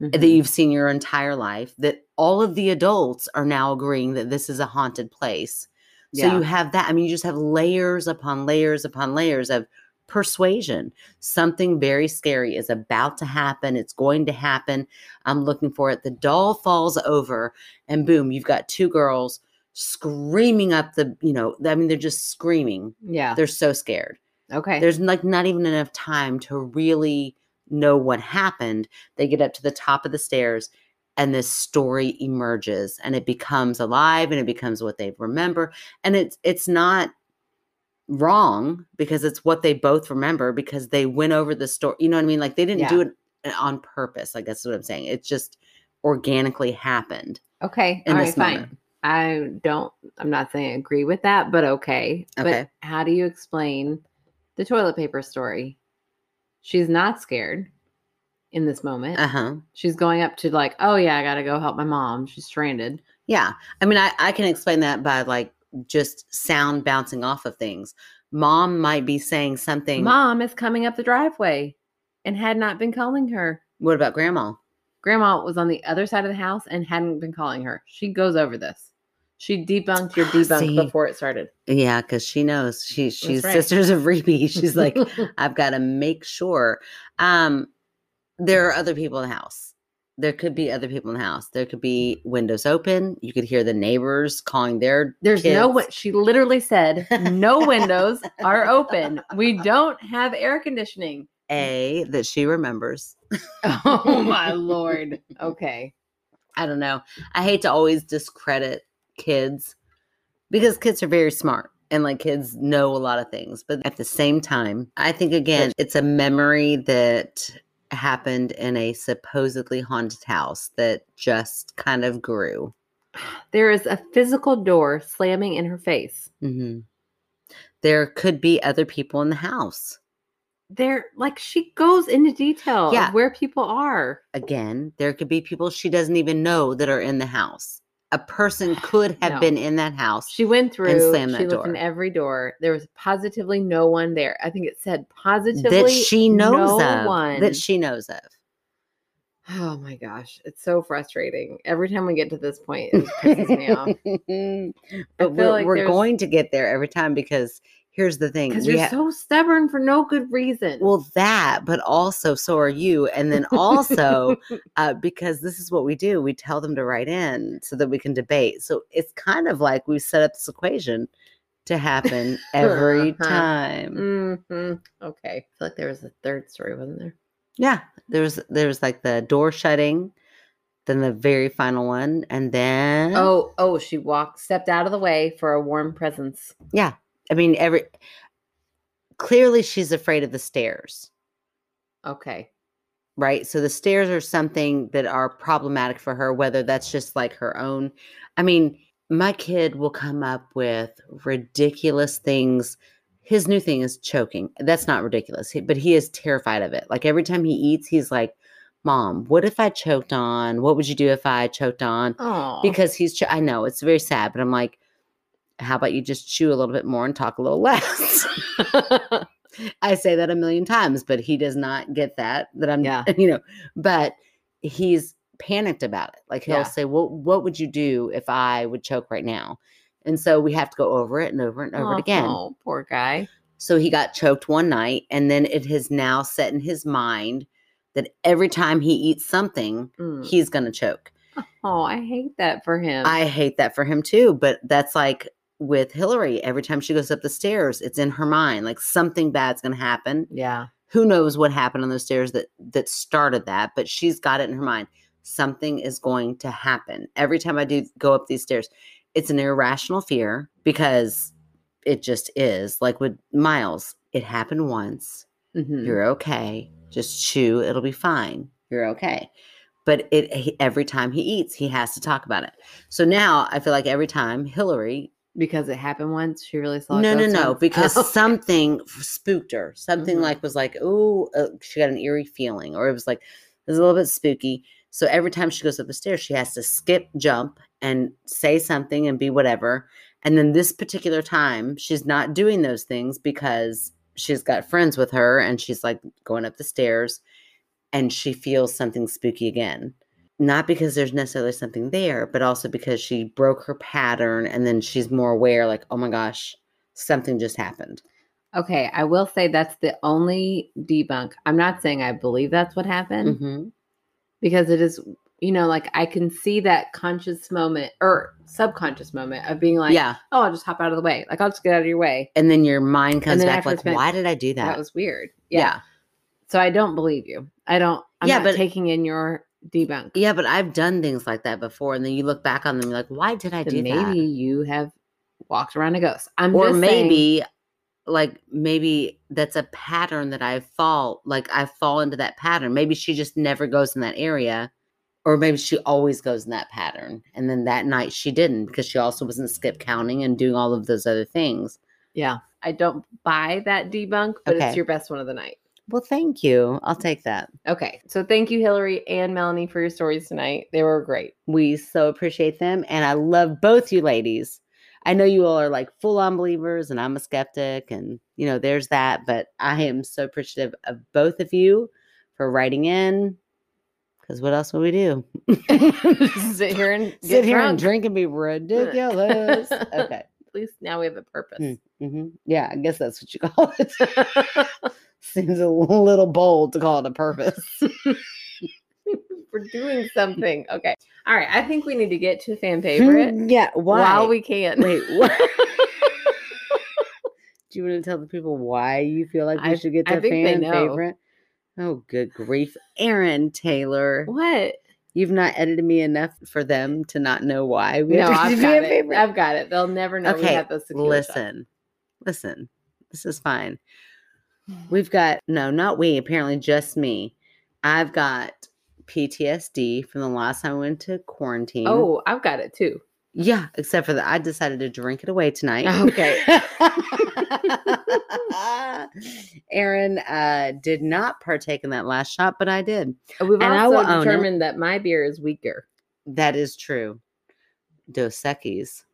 Speaker 2: that
Speaker 1: Mhm.
Speaker 2: you've seen your entire life. That all of the adults are now agreeing that this is a haunted place. So
Speaker 1: yeah.
Speaker 2: you have that. I mean, you just have layers upon layers upon layers of persuasion. Something very scary is about to happen. It's going to happen. I'm looking for it. The doll falls over, and boom, you've got two girls screaming up the, you know, I mean, they're just screaming.
Speaker 1: yeah.
Speaker 2: They're so scared.
Speaker 1: Okay.
Speaker 2: There's like not even enough time to really know what happened. They get up to the top of the stairs and this story emerges and it becomes alive and it becomes what they remember and it's it's not wrong because it's what they both remember because they went over the story. You know what I mean? Like they didn't
Speaker 1: Yeah.
Speaker 2: do it uh, on purpose. I guess is what I'm saying. It just organically happened
Speaker 1: okay.
Speaker 2: in
Speaker 1: All right.
Speaker 2: this
Speaker 1: Fine.
Speaker 2: moment.
Speaker 1: I don't. I'm not saying I agree with that, but okay.
Speaker 2: Okay.
Speaker 1: But how do you explain the toilet paper story? She's not scared in this moment.
Speaker 2: Uh huh.
Speaker 1: She's going up to like, oh yeah, I gotta go help my mom. She's stranded.
Speaker 2: Yeah. I mean, I, I can explain that by like just sound bouncing off of things. Mom might be saying something.
Speaker 1: Mom is coming up the driveway, and had not been calling her.
Speaker 2: What about grandma?
Speaker 1: Grandma was on the other side of the house and hadn't been calling her. She goes over this. She debunked your debunk
Speaker 2: Ah, See?
Speaker 1: before it started.
Speaker 2: Yeah, because she knows she she's
Speaker 1: right.
Speaker 2: sisters of Reeby. She's like, I've got to make sure. Um, there are other people in the house. There could be other people in the house. There could be windows open. You could hear the neighbors calling their
Speaker 1: There's no
Speaker 2: kids.
Speaker 1: what she literally said no windows are open. We don't have air conditioning.
Speaker 2: A that she remembers.
Speaker 1: Oh my lord. Okay.
Speaker 2: I don't know. I hate to always discredit kids because kids are very smart and like kids know a lot of things. But at the same time, I think again, it's a memory that happened in a supposedly haunted house that just kind of grew.
Speaker 1: There is a physical door slamming in her face.
Speaker 2: hmm There could be other people in the house.
Speaker 1: There like she goes into detail
Speaker 2: Yeah.
Speaker 1: of where people are.
Speaker 2: Again, there could be people she doesn't even know that are in the house. A person could have
Speaker 1: No.
Speaker 2: been in that house.
Speaker 1: She went through
Speaker 2: slammed
Speaker 1: she
Speaker 2: that
Speaker 1: looked in
Speaker 2: door.
Speaker 1: every door. There was positively no one there. I think it said positively
Speaker 2: that she
Speaker 1: no
Speaker 2: knows of
Speaker 1: one.
Speaker 2: that she knows of
Speaker 1: oh my gosh. It's so frustrating. Every time we get to this point, it just pisses me off.
Speaker 2: but
Speaker 1: feel
Speaker 2: we're,
Speaker 1: like
Speaker 2: we're
Speaker 1: there's-
Speaker 2: going to get there every time because here's the thing
Speaker 1: Because
Speaker 2: we
Speaker 1: you're
Speaker 2: ha-
Speaker 1: so stubborn for no good reason.
Speaker 2: well that but also so are you and then also uh, because this is what we do we tell them to write in so that we can debate so it's kind of like we set up this equation to happen every
Speaker 1: Uh-huh.
Speaker 2: time
Speaker 1: Mhm. Okay. I feel like there was a third story, wasn't there?
Speaker 2: yeah there's there's like the door shutting then the very final one and then
Speaker 1: Oh, oh, she walked, stepped out of the way for a warm presence.
Speaker 2: I mean, every clearly she's afraid of the stairs,
Speaker 1: Okay.
Speaker 2: right? So the stairs are something that are problematic for her, whether that's just like her own. I mean, my kid will come up with ridiculous things. His new thing is choking. That's not ridiculous, he- but he is terrified of it. Like every time he eats, he's like, Mom, what if I choked on? What would you do if I choked on?
Speaker 1: Oh,
Speaker 2: because he's ch- i know it's very sad but i'm like how about you just chew a little bit more and talk a little less i say that a million times but he does not get that that i'm
Speaker 1: Yeah.
Speaker 2: you know but he's panicked about it like he'll
Speaker 1: Yeah.
Speaker 2: say well what would you do if i would choke right now and so we have to go over it and over and over it again
Speaker 1: Oh, poor guy.
Speaker 2: so he got choked one night and then it has now set in his mind that every time he eats something
Speaker 1: Mm.
Speaker 2: he's going to choke
Speaker 1: Oh, I hate that for him.
Speaker 2: I hate that for him too, but that's like with Hillary, every time she goes up the stairs, it's in her mind like something bad's going to happen.
Speaker 1: yeah.
Speaker 2: Who knows what happened on those stairs that that started that, but she's got it in her mind. Something is going to happen. Every time I do go up these stairs, it's an irrational fear because it just is. Like with Miles, it happened once.
Speaker 1: Mhm.
Speaker 2: You're okay. Just chew. It'll be fine. You're okay. But it he, every time he eats, he has to talk about it. So now I feel like every time Hillary,
Speaker 1: Because it happened once, she really saw. it
Speaker 2: no, no,
Speaker 1: ghost
Speaker 2: no,
Speaker 1: once?
Speaker 2: because
Speaker 1: Oh.
Speaker 2: something f- spooked her. Something
Speaker 1: Mhm.
Speaker 2: like was like, oh, uh, she got an eerie feeling, or it was like it was a little bit spooky. So every time she goes up the stairs, she has to skip, jump, and say something and be whatever. And then this particular time, she's not doing those things because she's got friends with her and she's like going up the stairs and she feels something spooky again. Not because there's necessarily something there, but also because she broke her pattern and then she's more aware, like, oh my gosh, something just happened.
Speaker 1: okay, I will say that's the only debunk. I'm not saying I believe that's what happened
Speaker 2: Mm-hmm.
Speaker 1: because it is, you know, like I can see that conscious moment or subconscious moment of being like,
Speaker 2: yeah.
Speaker 1: oh, I'll just hop out of the way. Like I'll just get out of your way.
Speaker 2: And then your mind comes
Speaker 1: then
Speaker 2: back,
Speaker 1: after
Speaker 2: like,
Speaker 1: it's been-
Speaker 2: why did I do
Speaker 1: That,
Speaker 2: that?
Speaker 1: was weird.
Speaker 2: yeah.
Speaker 1: yeah. So I don't believe you. I don't. I'm
Speaker 2: Yeah,
Speaker 1: not
Speaker 2: but-
Speaker 1: taking in your debunk.
Speaker 2: Yeah, but I've done things like that before, and then you look back on them, you're like, "Why did I
Speaker 1: Then
Speaker 2: do
Speaker 1: maybe
Speaker 2: that?"
Speaker 1: you have walked around a ghost. I'm
Speaker 2: or
Speaker 1: just saying-
Speaker 2: maybe, like, maybe that's a pattern that I fall, like, I fall into that pattern. Maybe she just never goes in that area, or maybe she always goes in that pattern, and then that night she didn't because she also wasn't skip counting and doing all of those other things.
Speaker 1: yeah, I don't buy that debunk, but
Speaker 2: Okay.
Speaker 1: it's your best one of the night.
Speaker 2: Well, thank you. I'll take that.
Speaker 1: Okay, so thank you, Hillary and Melanie, for your stories tonight. They were great.
Speaker 2: We so appreciate them. And I love both you ladies. I know you all are like full on believers, and I'm a skeptic, and you know, there's that. But I am so appreciative of both of you for writing in. Because what else would we do?
Speaker 1: Sit here and get
Speaker 2: Sit here and
Speaker 1: drunk.
Speaker 2: drink and be ridiculous. okay.
Speaker 1: At least now we have a purpose.
Speaker 2: Hmm. hmm Yeah, I guess that's what you call it. Seems a little bold to call it a purpose.
Speaker 1: We're doing something. Okay. All right. I think we need to get to a fan favorite
Speaker 2: yeah. Why?
Speaker 1: while we can.
Speaker 2: Wait, what? Do you want to tell the people why you feel like we
Speaker 1: I-
Speaker 2: should get
Speaker 1: I
Speaker 2: to a
Speaker 1: think they
Speaker 2: fan
Speaker 1: know.
Speaker 2: favorite? Oh, good grief. Aaron Taylor,
Speaker 1: What?
Speaker 2: you've not edited me enough for them to not know why we
Speaker 1: No,
Speaker 2: have to
Speaker 1: I've
Speaker 2: be
Speaker 1: got
Speaker 2: a
Speaker 1: it.
Speaker 2: favorite.
Speaker 1: I've got it. They'll never know we
Speaker 2: Okay,
Speaker 1: have those. secure shots.
Speaker 2: Listen, listen, this is fine. We've got, no, not we, apparently just me. I've got PTSD from the last time I went to quarantine.
Speaker 1: Oh, I've got it too.
Speaker 2: Yeah, except for that, I decided to drink it away tonight.
Speaker 1: Oh, Okay.
Speaker 2: Aaron uh, did not partake in that last shot, but I did.
Speaker 1: We've
Speaker 2: And I
Speaker 1: also
Speaker 2: will own it.
Speaker 1: determined that my beer is weaker.
Speaker 2: That is true. Dos Equis.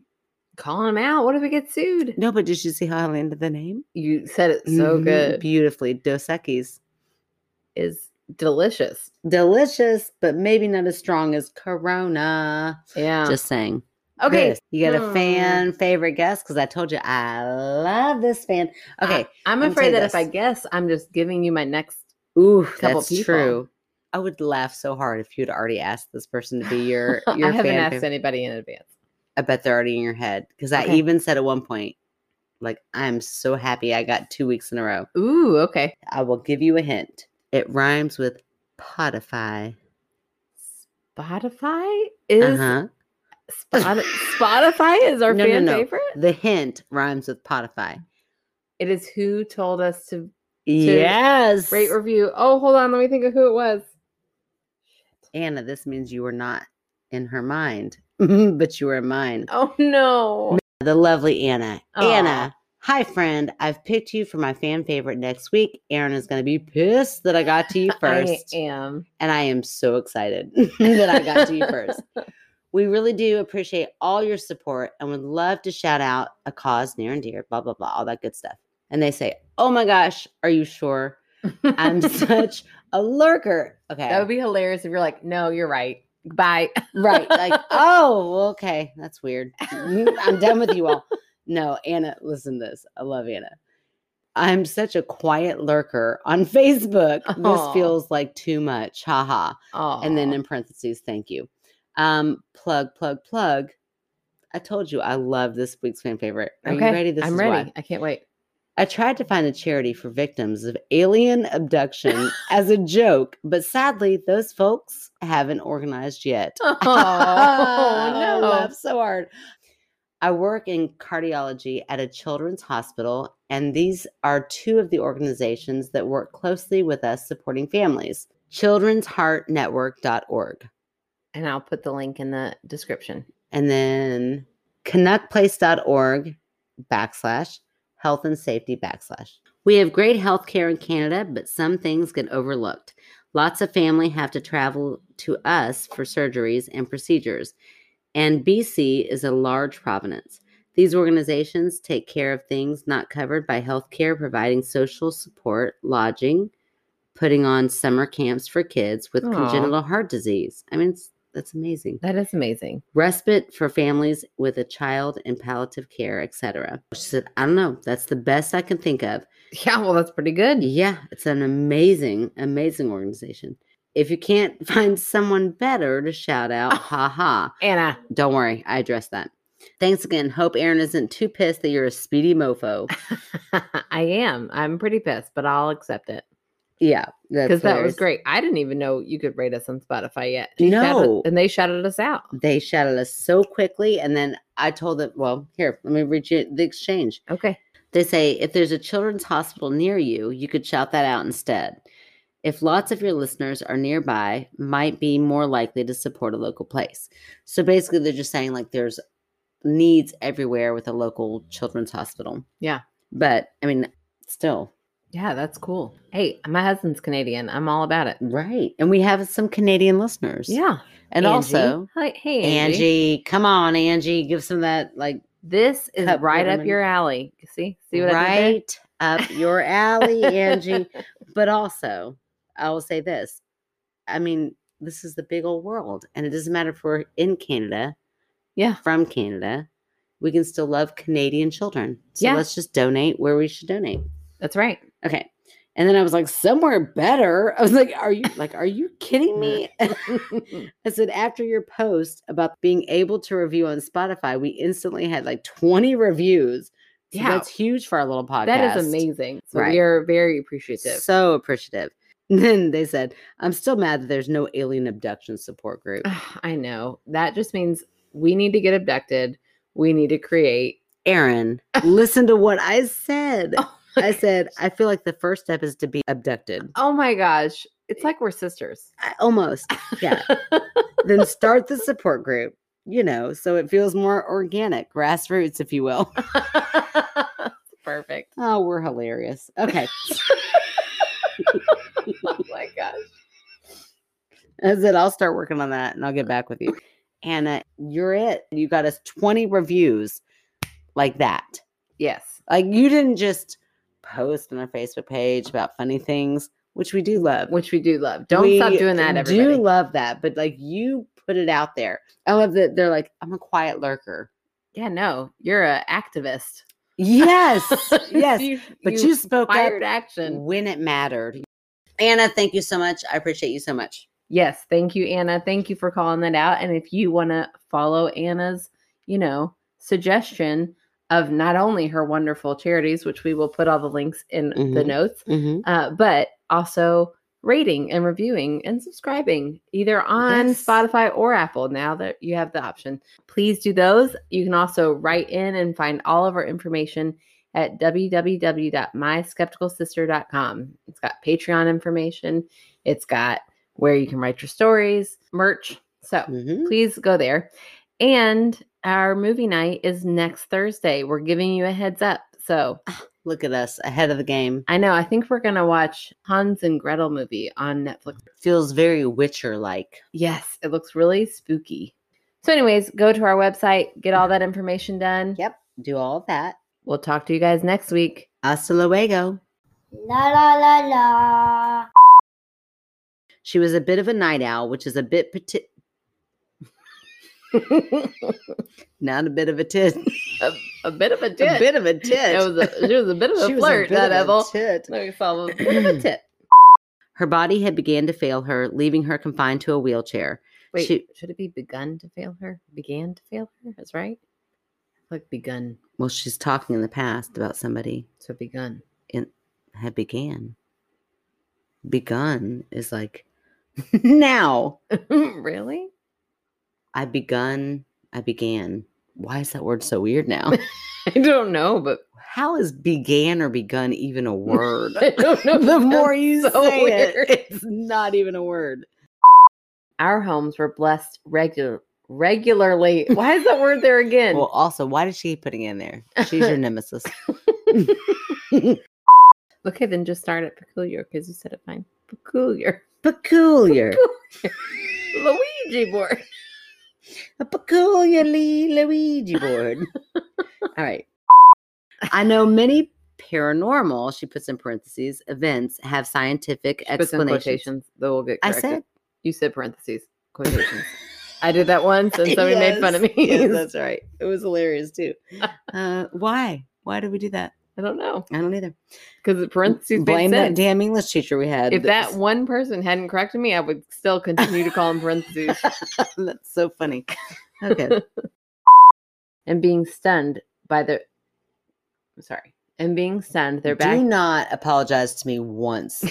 Speaker 1: Calling them out. What if we get sued?
Speaker 2: No, but did you see how I landed the name?
Speaker 1: You said it so
Speaker 2: Mhm,
Speaker 1: good.
Speaker 2: Beautifully. Dos Equis.
Speaker 1: Is delicious.
Speaker 2: Delicious, but maybe not as strong as Corona.
Speaker 1: Yeah.
Speaker 2: Just saying.
Speaker 1: okay.
Speaker 2: This. You got a
Speaker 1: hmm.
Speaker 2: fan favorite guess? Because I told you I love this fan. Okay.
Speaker 1: I, am
Speaker 2: let me tell
Speaker 1: afraid
Speaker 2: you
Speaker 1: that if I
Speaker 2: this.
Speaker 1: guess, I'm just giving you my next.
Speaker 2: Ooh,
Speaker 1: couple
Speaker 2: that's
Speaker 1: people.
Speaker 2: true. I would laugh so hard if you'd already asked this person to be your your
Speaker 1: I haven't
Speaker 2: fan
Speaker 1: asked
Speaker 2: favorite.
Speaker 1: anybody in advance.
Speaker 2: I bet they're already in your head because I
Speaker 1: Okay.
Speaker 2: even said at one point, like, I'm so happy I got two weeks in a row.
Speaker 1: Ooh. Okay.
Speaker 2: I will give you a hint. It rhymes with Spotify.
Speaker 1: Spotify is
Speaker 2: Uh huh.
Speaker 1: Spot- Spotify is our
Speaker 2: No, no,
Speaker 1: fan
Speaker 2: no.
Speaker 1: favorite.
Speaker 2: The hint rhymes with Spotify.
Speaker 1: It is who told us to
Speaker 2: Yes.
Speaker 1: rate review. Oh, hold on. Let me think of who it was.
Speaker 2: Anna, this means you were not in her mind, but you were in mine.
Speaker 1: Oh no.
Speaker 2: the lovely Anna.
Speaker 1: Aw.
Speaker 2: Anna, hi friend. I've picked you for my fan favorite next week. Aaron is going to be pissed that I got to you first,
Speaker 1: I am.
Speaker 2: and I am so excited that I got to you first. We really do appreciate all your support and would love to shout out a cause near and dear, blah blah blah, all that good stuff. And they say, "Oh my gosh, are you sure? I'm such a lurker." Okay,
Speaker 1: That would be hilarious if you're like, no, you're right. Bye.
Speaker 2: Right. Like, oh, okay. That's weird. Mm, I'm done with you all. No, Anna, listen to this. I love Anna. I'm such a quiet lurker on Facebook. This
Speaker 1: Aw.
Speaker 2: feels like too much. Haha.
Speaker 1: Oh.
Speaker 2: And then in parentheses, thank you. Um, plug, plug, plug. I told you I love this week's fan favorite. Are you ready? This
Speaker 1: I'm
Speaker 2: is why.
Speaker 1: ready. I can't wait.
Speaker 2: I tried to find a charity for victims of alien abduction as a joke, but sadly, those folks haven't organized yet.
Speaker 1: Oh,
Speaker 2: Oh, no, I laughed so hard. I work in cardiology at a children's hospital, and these are two of the organizations that work closely with us supporting families children'sheartnetwork.org.
Speaker 1: And I'll put the link in the description.
Speaker 2: And then canuckplace.org backslash health and safety backslash. We have great health care in Canada, but some things get overlooked. Lots of family have to travel to us for surgeries and procedures, and BC is a large province. These organizations take care of things not covered by healthcare, providing social support, lodging, putting on summer camps for kids with
Speaker 1: Aw.
Speaker 2: congenital heart disease. I mean, it's, that's amazing
Speaker 1: That is amazing.
Speaker 2: respite for families with a child in palliative care, etc. She said, I don't know. That's the best I can think of.
Speaker 1: Yeah, well, that's pretty good.
Speaker 2: Yeah, it's an amazing, amazing organization. If you can't find someone better to shout out, ha ha.
Speaker 1: Anna.
Speaker 2: Don't worry, I addressed that. Thanks again. Hope Aaron isn't too pissed that you're a speedy mofo.
Speaker 1: I am. I'm pretty pissed, but I'll accept it
Speaker 2: Yeah, that's
Speaker 1: because that was
Speaker 2: hilarious.
Speaker 1: great. I didn't even know you could rate us on Spotify yet. They shouted-
Speaker 2: No.
Speaker 1: and they shouted us out.
Speaker 2: They shouted us so quickly, and then I told them, "Well, here, let me read you the exchange."
Speaker 1: Okay.
Speaker 2: They say if there's a children's hospital near you, you could shout that out instead. If lots of your listeners are nearby, might be more likely to support a local place. So basically, they're just saying like there's needs everywhere with a local children's hospital.
Speaker 1: Yeah.
Speaker 2: But I mean, still,
Speaker 1: Yeah, that's cool. Hey, my husband's Canadian. I'm all about it.
Speaker 2: right. And we have some Canadian listeners.
Speaker 1: Yeah.
Speaker 2: And
Speaker 1: Angie.
Speaker 2: also,
Speaker 1: Hi- hey,
Speaker 2: Angie.
Speaker 1: Angie.
Speaker 2: come on, Angie, give some of that like
Speaker 1: This is
Speaker 2: Cup
Speaker 1: right up
Speaker 2: Bitterman.
Speaker 1: your alley. See, see what I did there?
Speaker 2: right up your alley, Angie. But also, I will say this. I mean, this is the big old world, and it doesn't matter if we're in Canada,
Speaker 1: Yeah.
Speaker 2: from Canada, we can still love Canadian children. So
Speaker 1: Yeah.
Speaker 2: let's just donate where we should donate.
Speaker 1: That's right.
Speaker 2: Okay. And then I was like, somewhere better. I was like, are you like, are you kidding me?
Speaker 1: Mm.
Speaker 2: I said, after your post about being able to review on Spotify, we instantly had like 20 reviews. So
Speaker 1: Yeah.
Speaker 2: That's huge for our little podcast.
Speaker 1: That is amazing. So
Speaker 2: Right.
Speaker 1: we are very appreciative.
Speaker 2: So appreciative. And then they said, I'm still mad that there's no alien abduction support group.
Speaker 1: Ugh, I know. That just means we need to get abducted. We need to create.
Speaker 2: Aaron, listen to what I said.
Speaker 1: Oh my
Speaker 2: I said, I feel like the first step is to be abducted.
Speaker 1: Oh my gosh. It's like we're sisters.
Speaker 2: I, almost. Yeah. then start the support group, you know, so it feels more organic, grassroots, if you will.
Speaker 1: Perfect.
Speaker 2: Oh, we're hilarious. Okay.
Speaker 1: Oh my gosh.
Speaker 2: I said, I'll start working on that and I'll get back with you. Anna, you're it. You got us 20 reviews like that.
Speaker 1: Yes.
Speaker 2: Like you didn't just post on our Facebook page about funny things, which we do love.
Speaker 1: Which we do love. Don't stop
Speaker 2: We
Speaker 1: doing that, everybody.
Speaker 2: Do love that, but like you put it out there. I love that they're like, I'm a quiet lurker.
Speaker 1: yeah, no. You're an activist.
Speaker 2: Yes, yes. but you, spoke
Speaker 1: inspired
Speaker 2: up
Speaker 1: action.
Speaker 2: when it mattered. Anna, thank you so much. I appreciate you so much.
Speaker 1: Yes, thank you, Anna. Thank you for calling that out. And if you want to follow Anna's, you know, suggestion of not only her wonderful charities, which we will put all the links in the
Speaker 2: Mhm.
Speaker 1: notes,
Speaker 2: Mm-hmm.
Speaker 1: uh, but also rating and reviewing and subscribing either on
Speaker 2: Yes.
Speaker 1: Spotify or Apple now that you have the option. Please do those. You can also write in and find all of our information at www.myskepticalsister.com. It's got Patreon information, it's got where you can write your stories, merch. So
Speaker 2: Mm-hmm.
Speaker 1: please go there. And our movie night is next Thursday. We're giving you a heads up. So
Speaker 2: Look at us ahead of the game.
Speaker 1: I know. I think we're gonna watch Hans and Gretel movie on Netflix.
Speaker 2: Feels very Witcher like.
Speaker 1: Yes, it looks really spooky. So, anyways, go to our website, get all that information done.
Speaker 2: Yep. Do all that.
Speaker 1: We'll talk to you guys next week.
Speaker 2: Hasta luego.
Speaker 3: La la la la.
Speaker 2: She was a bit of a night owl, which is a bit pati- not a bit of a tit,
Speaker 1: a bit of a
Speaker 2: a bit of a tit.
Speaker 1: It was a, she was a bit of a
Speaker 2: She was
Speaker 1: flirt,
Speaker 2: bit
Speaker 1: that
Speaker 2: of a
Speaker 1: Evel.
Speaker 2: tit.
Speaker 1: No, you saw a bit of a tit.
Speaker 2: Her body had began to fail her, leaving her confined to a wheelchair.
Speaker 1: Wait,
Speaker 2: She-
Speaker 1: should it be begun to fail her? Began to fail her? That's right. Like begun.
Speaker 2: Well, she's talking in the past about somebody
Speaker 1: So begun.
Speaker 2: had began. Begun is like now.
Speaker 1: really?
Speaker 2: I begun. I began. why is that word so weird now?
Speaker 1: I don't know, but
Speaker 2: How is began or begun even a word?
Speaker 1: I don't know.
Speaker 2: the
Speaker 1: that
Speaker 2: more you
Speaker 1: so
Speaker 2: say
Speaker 1: weird.
Speaker 2: it, it's not even a word.
Speaker 1: our homes were blessed regular regularly. Why is that word there again?
Speaker 2: Well, also, why did she keep putting it in there? She's your nemesis.
Speaker 1: okay, then just start at peculiar because you said it fine. Peculiar.
Speaker 2: Peculiar.
Speaker 1: Luigi board.
Speaker 2: A peculiarly Luigi board. All right. I know many paranormal, she puts in parentheses, events have scientific
Speaker 1: Put some
Speaker 2: explanations.
Speaker 1: quotations. They will get
Speaker 2: I
Speaker 1: corrected.
Speaker 2: said
Speaker 1: you said parentheses. Quotations. I did that once and somebody made fun of me.
Speaker 2: Yes, yes, that's right. It was hilarious too. Uh, why? Why did we do that?
Speaker 1: I don't know.
Speaker 2: I don't either.
Speaker 1: Because parentheses
Speaker 2: Blame
Speaker 1: made
Speaker 2: that
Speaker 1: sense.
Speaker 2: damn English teacher we had.
Speaker 1: if that one person hadn't corrected me, I would still continue to call them parentheses.
Speaker 2: that's so funny. Okay.
Speaker 1: and being stunned by their I'm sorry. And being stunned, they're
Speaker 2: Do
Speaker 1: back.
Speaker 2: not apologize to me once.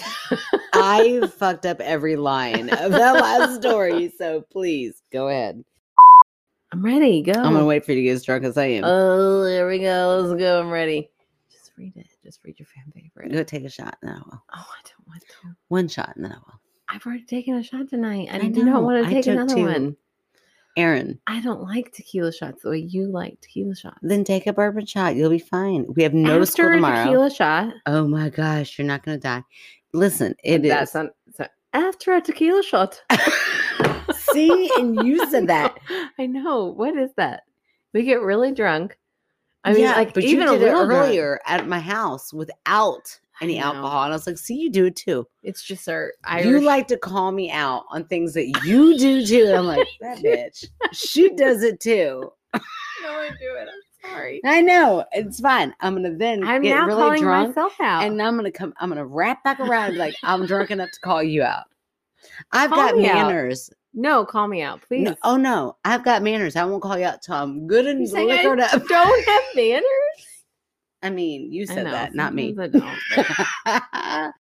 Speaker 2: I fucked up every line of that last story, so please go ahead.
Speaker 1: I'm ready. Go.
Speaker 2: I'm gonna wait for you to get as drunk as I am.
Speaker 1: Oh, here we go. Let's go. I'm ready. Just read it. Just read your fan favorite.
Speaker 2: go take a shot, and then I will.
Speaker 1: Oh, I don't want to.
Speaker 2: One shot, and then I will.
Speaker 1: I've already taken a shot tonight. I,
Speaker 2: I
Speaker 1: do
Speaker 2: know,
Speaker 1: not want
Speaker 2: I
Speaker 1: to take
Speaker 2: took
Speaker 1: another
Speaker 2: two.
Speaker 1: one.
Speaker 2: Aaron,
Speaker 1: I don't like tequila shots the way you like tequila shots.
Speaker 2: then take a bourbon shot. You'll be fine. We have no
Speaker 1: After
Speaker 2: school tomorrow.
Speaker 1: a tequila shot,
Speaker 2: Oh my gosh, you're not gonna die. Listen, it is.
Speaker 1: that's not, so- after a tequila shot.
Speaker 2: See, and you said that.
Speaker 1: I know. What is that? We get really drunk. I mean, like
Speaker 2: but
Speaker 1: even
Speaker 2: you
Speaker 1: a
Speaker 2: did it
Speaker 1: little drunk.
Speaker 2: earlier at my house without
Speaker 1: I
Speaker 2: any
Speaker 1: know.
Speaker 2: alcohol, and I was like, "See, you do it too.
Speaker 1: It's just our Irish.
Speaker 2: You like to call me out on things that you do too." And I'm like, "That bitch, she does it too."
Speaker 1: no, I do it. I'm sorry.
Speaker 2: I know it's fine. I'm gonna then
Speaker 1: I'm
Speaker 2: get
Speaker 1: now
Speaker 2: really
Speaker 1: calling
Speaker 2: drunk,
Speaker 1: myself out.
Speaker 2: and I'm gonna come. I'm gonna wrap back around and be like I'm drunk enough to call you out. I've
Speaker 1: Call
Speaker 2: got
Speaker 1: me out.
Speaker 2: manners.
Speaker 1: no, call me out, please.
Speaker 2: No, oh no, I've got manners. I won't call you out till I'm good and
Speaker 1: saying I
Speaker 2: liquored up.
Speaker 1: don't have manners.
Speaker 2: I mean, you
Speaker 1: I
Speaker 2: said
Speaker 1: know,
Speaker 2: that, not me.
Speaker 1: sometimes I don't, but
Speaker 2: I